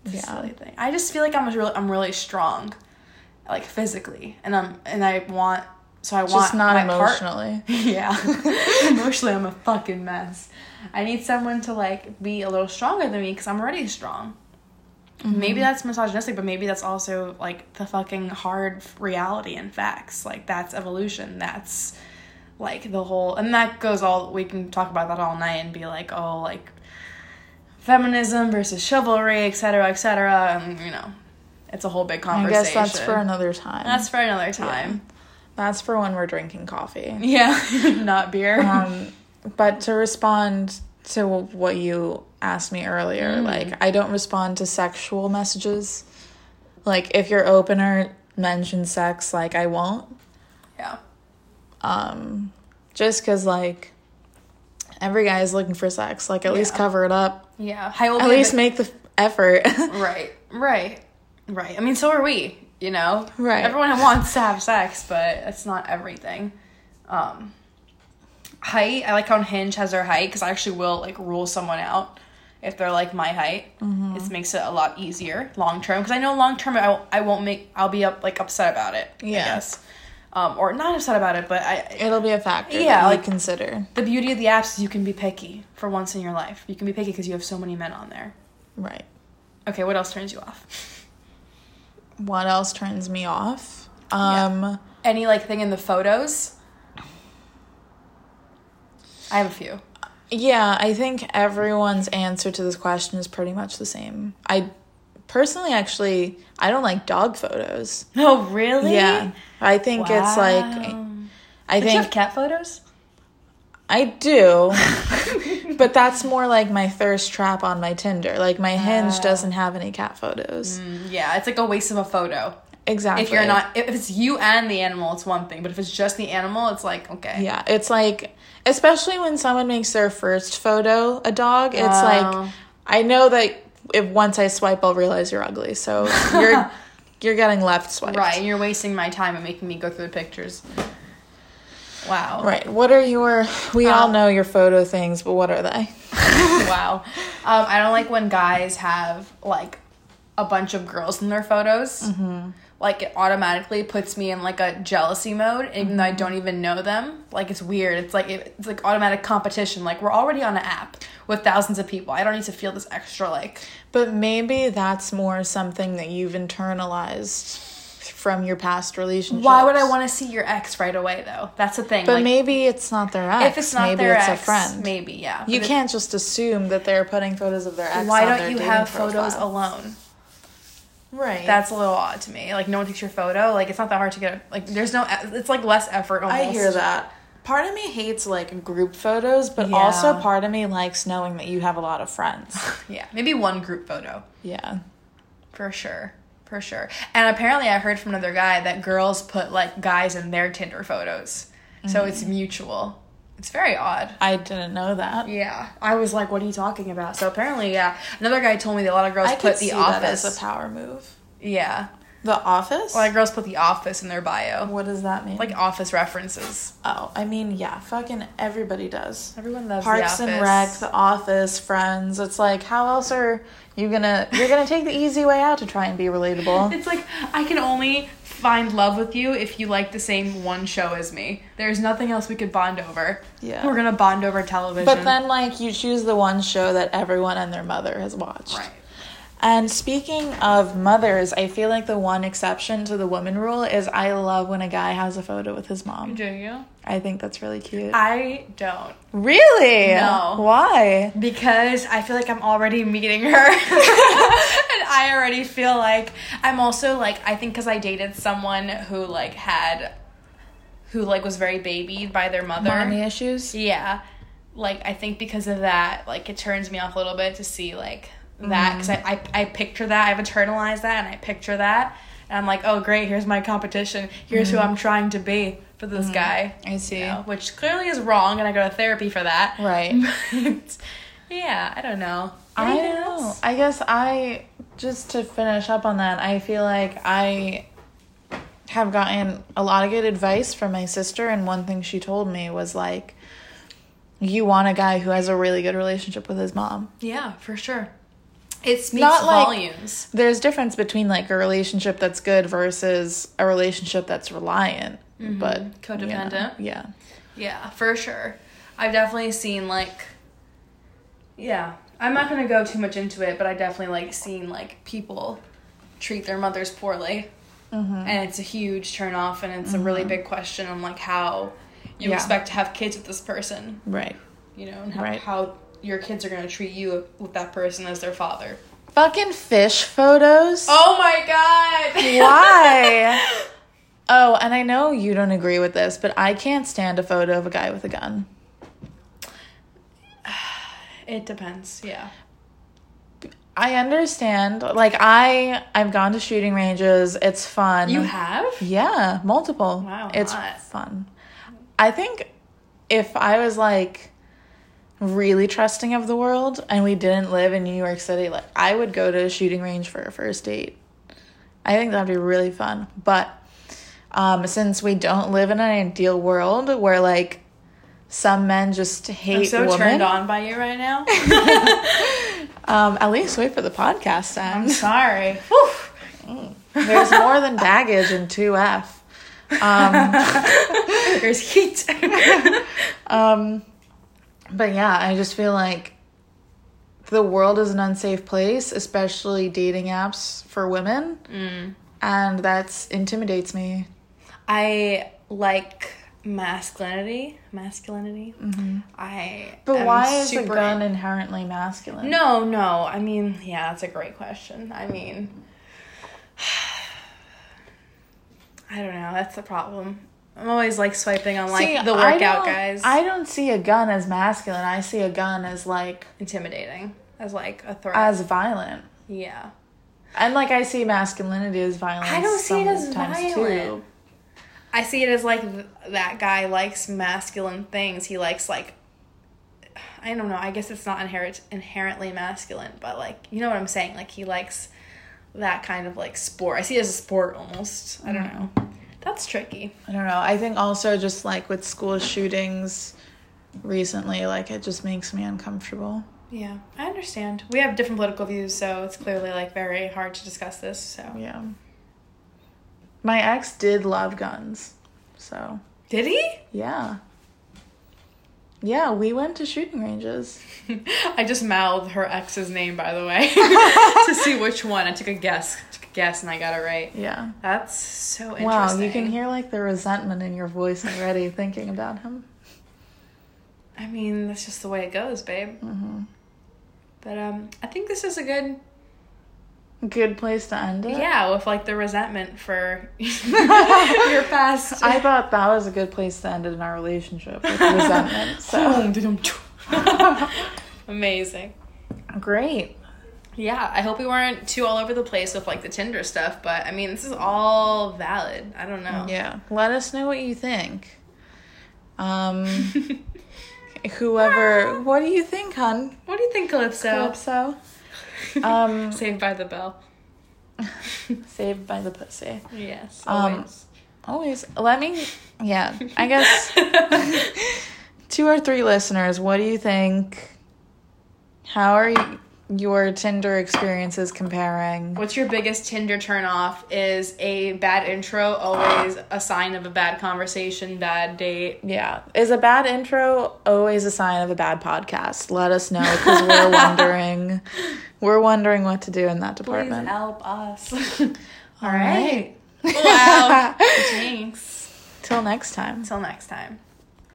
[SPEAKER 1] It's
[SPEAKER 2] Yeah.
[SPEAKER 1] a silly thing. I just feel like I'm really I'm really strong, like physically, and I'm and I want so I want
[SPEAKER 2] Just not
[SPEAKER 1] my part-
[SPEAKER 2] emotionally.
[SPEAKER 1] yeah, emotionally I'm a fucking mess. I need someone to like be a little stronger than me because I'm already strong.
[SPEAKER 2] Mm-hmm.
[SPEAKER 1] Maybe that's misogynistic, but maybe that's also like the fucking hard reality and facts. Like that's evolution. That's like the whole and that goes all we can talk about that all night and be like oh like feminism versus chivalry etc cetera, etc cetera, and you know it's a whole big
[SPEAKER 2] I
[SPEAKER 1] conversation
[SPEAKER 2] guess that's for another time.
[SPEAKER 1] That's for another time
[SPEAKER 2] That's for when we're drinking coffee.
[SPEAKER 1] yeah, not beer
[SPEAKER 2] Um, but to respond to what you asked me earlier,
[SPEAKER 1] Mm.
[SPEAKER 2] like I don't respond to sexual messages. Like if your opener mentions sex, like I won't.
[SPEAKER 1] yeah
[SPEAKER 2] Um, just because like every guy is looking for sex. Like at least
[SPEAKER 1] Yeah.
[SPEAKER 2] cover it up.
[SPEAKER 1] yeah I will
[SPEAKER 2] At
[SPEAKER 1] be a
[SPEAKER 2] least
[SPEAKER 1] bit-
[SPEAKER 2] make the f- effort.
[SPEAKER 1] right right right I mean so are we you know
[SPEAKER 2] Right.
[SPEAKER 1] everyone wants to have sex but that's not everything um height I like how Hinge has their height because I actually will like rule someone out if they're like my height.
[SPEAKER 2] Mm-hmm.
[SPEAKER 1] It makes it a lot easier long term because I know long term I, I won't make I'll be up like upset about it.
[SPEAKER 2] Yeah.
[SPEAKER 1] I guess. Um, or not upset about it, but I
[SPEAKER 2] It'll be a factor.
[SPEAKER 1] Yeah,
[SPEAKER 2] Yeah, that you
[SPEAKER 1] like-
[SPEAKER 2] consider.
[SPEAKER 1] the beauty of the apps is you can be picky for once in your life. You can be picky because you have so many men on there.
[SPEAKER 2] Right.
[SPEAKER 1] Okay, what else turns you off?
[SPEAKER 2] What else turns me off? Um.
[SPEAKER 1] Any like thing in the photos? I have a few.
[SPEAKER 2] Yeah, I think everyone's answer to this question is pretty much the same. I personally actually I don't like dog photos.
[SPEAKER 1] Oh really?
[SPEAKER 2] Yeah. I think it's like
[SPEAKER 1] Wow.
[SPEAKER 2] I
[SPEAKER 1] Did you have
[SPEAKER 2] think
[SPEAKER 1] cat photos?
[SPEAKER 2] I do. but that's more like my thirst trap on my Tinder. Like my
[SPEAKER 1] Oh.
[SPEAKER 2] Hinge doesn't have any cat photos.
[SPEAKER 1] Yeah, it's like a waste of a photo.
[SPEAKER 2] Exactly.
[SPEAKER 1] If Mm. you're not, if it's you and the animal, it's one thing. But if it's just the animal, it's like okay.
[SPEAKER 2] Yeah, it's like especially when someone makes their first photo a dog, it's
[SPEAKER 1] Wow.
[SPEAKER 2] like I know that if once I swipe I'll realize you're ugly. So you're you're getting left swiped.
[SPEAKER 1] Right, and you're wasting my time and making me go through the pictures. Wow.
[SPEAKER 2] Right. What are your? We all
[SPEAKER 1] Um,
[SPEAKER 2] know your photo things, but what are they?
[SPEAKER 1] wow. Um, I don't like when guys have like a bunch of girls in their photos.
[SPEAKER 2] Mm-hmm.
[SPEAKER 1] Like it automatically puts me in like a jealousy mode, even though I
[SPEAKER 2] Mm-hmm.
[SPEAKER 1] don't even know them. Like it's weird. It's like it, it's like automatic competition. Like we're already on an app with thousands of people. I don't need to feel this extra like.
[SPEAKER 2] But maybe that's more something that you've internalized from your past relationships.
[SPEAKER 1] Why would I want to see your ex right away though? That's the thing.
[SPEAKER 2] But
[SPEAKER 1] like,
[SPEAKER 2] maybe it's not their ex.
[SPEAKER 1] if it's not
[SPEAKER 2] maybe
[SPEAKER 1] their
[SPEAKER 2] it's
[SPEAKER 1] ex,
[SPEAKER 2] a friend.
[SPEAKER 1] maybe yeah.
[SPEAKER 2] You
[SPEAKER 1] But it-
[SPEAKER 2] can't just assume that they're putting photos of their ex.
[SPEAKER 1] Why
[SPEAKER 2] on their
[SPEAKER 1] don't you
[SPEAKER 2] dating
[SPEAKER 1] have photos
[SPEAKER 2] profile.
[SPEAKER 1] alone?
[SPEAKER 2] Right.
[SPEAKER 1] That's a little odd to me. Like no one takes your photo. Like it's not that hard to get. A, like there's no. It's like less effort. Almost.
[SPEAKER 2] I hear that. Part of me hates like group photos, but
[SPEAKER 1] Yeah.
[SPEAKER 2] also part of me likes knowing that you have a lot of friends.
[SPEAKER 1] Yeah, maybe one group photo
[SPEAKER 2] yeah.
[SPEAKER 1] for sure, for sure. And apparently, I heard from Mm. another guy that girls put like guys in their Tinder photos, so it's mutual. It's very odd.
[SPEAKER 2] I didn't know that.
[SPEAKER 1] Yeah, I was like, "What are you talking about?" So apparently, yeah, another guy told me that a lot of girls
[SPEAKER 2] I
[SPEAKER 1] put
[SPEAKER 2] could
[SPEAKER 1] the
[SPEAKER 2] see
[SPEAKER 1] office.
[SPEAKER 2] that as a power move.
[SPEAKER 1] yeah,
[SPEAKER 2] The Office.
[SPEAKER 1] a lot of girls put the office in their bio,
[SPEAKER 2] what does that mean?
[SPEAKER 1] like office references.
[SPEAKER 2] oh, I mean, yeah, fucking everybody does.
[SPEAKER 1] Everyone loves
[SPEAKER 2] Parks
[SPEAKER 1] the office.
[SPEAKER 2] and Rec, The Office, Friends. It's like, how else are you gonna? You're gonna take the easy way out to try and be relatable.
[SPEAKER 1] It's like I can only find love with you if you like the same one show as me. There's nothing else we could bond over.
[SPEAKER 2] Yeah.
[SPEAKER 1] We're gonna bond over television.
[SPEAKER 2] But then, like, you choose the one show that everyone and their mother has watched.
[SPEAKER 1] Right.
[SPEAKER 2] And speaking of mothers, I feel like the one exception to the woman rule is I love when a guy has a photo with his mom.
[SPEAKER 1] Do you?
[SPEAKER 2] I think that's really cute.
[SPEAKER 1] I don't.
[SPEAKER 2] Really?
[SPEAKER 1] No.
[SPEAKER 2] Why?
[SPEAKER 1] Because I feel like I'm already meeting her. and I already feel like I'm also like I think cuz I dated someone who like had who like was very babied by their mother.
[SPEAKER 2] Mommy issues?
[SPEAKER 1] Yeah. Like I think because of that, like it turns me off a little bit to see like that
[SPEAKER 2] Mm.
[SPEAKER 1] because I, I I picture that I've internalized that and I picture that and I'm like oh great here's my competition here's who I'm trying to be for this guy
[SPEAKER 2] Mm. Mm-hmm. I see.
[SPEAKER 1] you know, which clearly is wrong and I go to therapy for that
[SPEAKER 2] Right.
[SPEAKER 1] But, yeah I don't know
[SPEAKER 2] I
[SPEAKER 1] Anything
[SPEAKER 2] don't know.
[SPEAKER 1] else?
[SPEAKER 2] I guess I just to finish up on that, I feel like I have gotten a lot of good advice from my sister and one thing she told me was like you want a guy who has a really good relationship with his mom.
[SPEAKER 1] yeah for sure it speaks
[SPEAKER 2] Not like-
[SPEAKER 1] volumes
[SPEAKER 2] There's difference between like a relationship that's good versus a relationship that's reliant, but you know,
[SPEAKER 1] Mm-hmm. Codependent.
[SPEAKER 2] yeah.
[SPEAKER 1] yeah for sure I've definitely seen like yeah I'm not gonna go too much into it but I definitely like seen like people treat their mothers poorly and it's a huge turn off and it's a really big question on like how you
[SPEAKER 2] Yeah.
[SPEAKER 1] expect to have kids with this person
[SPEAKER 2] Right.
[SPEAKER 1] you know, and how,
[SPEAKER 2] Right.
[SPEAKER 1] how your kids are going to treat you with that person as their father.
[SPEAKER 2] Fucking fish photos.
[SPEAKER 1] Oh my god!
[SPEAKER 2] Why? oh, and I know you don't agree with this, but I can't stand a photo of a guy with a gun.
[SPEAKER 1] It depends, yeah.
[SPEAKER 2] I understand. Like I I've gone to shooting ranges. It's fun.
[SPEAKER 1] You have?
[SPEAKER 2] Yeah, multiple.
[SPEAKER 1] Wow,
[SPEAKER 2] It's
[SPEAKER 1] hot.
[SPEAKER 2] fun. I think if I was like really trusting of the world and we didn't live in New York City, like I would go to a shooting range for a first date. I think that'd be really fun. But um since we don't live in an ideal world where like some men just hate
[SPEAKER 1] I'm so
[SPEAKER 2] women,
[SPEAKER 1] turned on by you right now.
[SPEAKER 2] um at least wait for the podcast to end.
[SPEAKER 1] I'm sorry. Whew.
[SPEAKER 2] There's more than baggage in Um, 2F.
[SPEAKER 1] There's heat.
[SPEAKER 2] um, But yeah, I just feel like the world is an unsafe place, especially dating apps for women.
[SPEAKER 1] Mm.
[SPEAKER 2] And that intimidates me.
[SPEAKER 1] I like masculinity. Masculinity. I.
[SPEAKER 2] Mm-hmm. But
[SPEAKER 1] am
[SPEAKER 2] why is a
[SPEAKER 1] super-
[SPEAKER 2] gun inherently masculine?
[SPEAKER 1] No, no. I mean, yeah, that's a great question. I mean, I don't know. That's the problem. I'm always like swiping on like
[SPEAKER 2] See,
[SPEAKER 1] the
[SPEAKER 2] I
[SPEAKER 1] workout
[SPEAKER 2] don't-
[SPEAKER 1] guys.
[SPEAKER 2] I don't see a gun as masculine. I see a gun as like
[SPEAKER 1] intimidating as like a threat.
[SPEAKER 2] as violent.
[SPEAKER 1] yeah.
[SPEAKER 2] And like I see masculinity as violence.
[SPEAKER 1] I don't see it as
[SPEAKER 2] sometimes,
[SPEAKER 1] violent. I see it as like th- that guy likes masculine things. He likes like I don't know. I guess it's not inherent inherently masculine, but like you know what I'm saying. Like he likes that kind of like sport. I see it as a sport almost. I don't know.
[SPEAKER 2] Mm-hmm.
[SPEAKER 1] That's tricky.
[SPEAKER 2] I don't know. I think also just like with school shootings recently, like it just makes me uncomfortable.
[SPEAKER 1] Yeah, I understand. We have different political views, so it's clearly like very hard to discuss this. So
[SPEAKER 2] Yeah. My ex did love guns. So,
[SPEAKER 1] did he?
[SPEAKER 2] yeah. Yeah, we went to shooting ranges.
[SPEAKER 1] I just mouthed her ex's name, by the way, to see which one. I took a guess, took a guess, and I got it right.
[SPEAKER 2] Yeah.
[SPEAKER 1] That's so interesting.
[SPEAKER 2] Wow, you can hear like the resentment in your voice already thinking about him.
[SPEAKER 1] I mean, that's just the way it goes, babe.
[SPEAKER 2] Mm-hmm.
[SPEAKER 1] But um, I think this is a good
[SPEAKER 2] Good place to end it.
[SPEAKER 1] yeah with like the resentment for your past.
[SPEAKER 2] I thought that was a good place to end it in our relationship with resentment. So,
[SPEAKER 1] Amazing.
[SPEAKER 2] great.
[SPEAKER 1] Yeah, I hope we weren't too all over the place with like the Tinder stuff, but I mean, this is all valid. I don't know.
[SPEAKER 2] Yeah. Let us know what you think. Um whoever. What do you think, hun?
[SPEAKER 1] What do you think, Calypso?
[SPEAKER 2] Calypso. Um,
[SPEAKER 1] Saved by the Bell.
[SPEAKER 2] saved by the pussy.
[SPEAKER 1] Yes.
[SPEAKER 2] Um, Always. Let me. Yeah. I guess. two or three listeners, what do you think? How are y your Tinder experiences comparing?
[SPEAKER 1] What's your biggest Tinder turn off? Is a bad intro always a sign of a bad conversation, bad date?
[SPEAKER 2] Yeah. Is a bad intro always a sign of a bad podcast? Let us know because we're wondering. We're wondering what to do in that
[SPEAKER 1] Please
[SPEAKER 2] department.
[SPEAKER 1] help us. All
[SPEAKER 2] right.
[SPEAKER 1] right. wow. Jinx.
[SPEAKER 2] Till next time.
[SPEAKER 1] Till next time.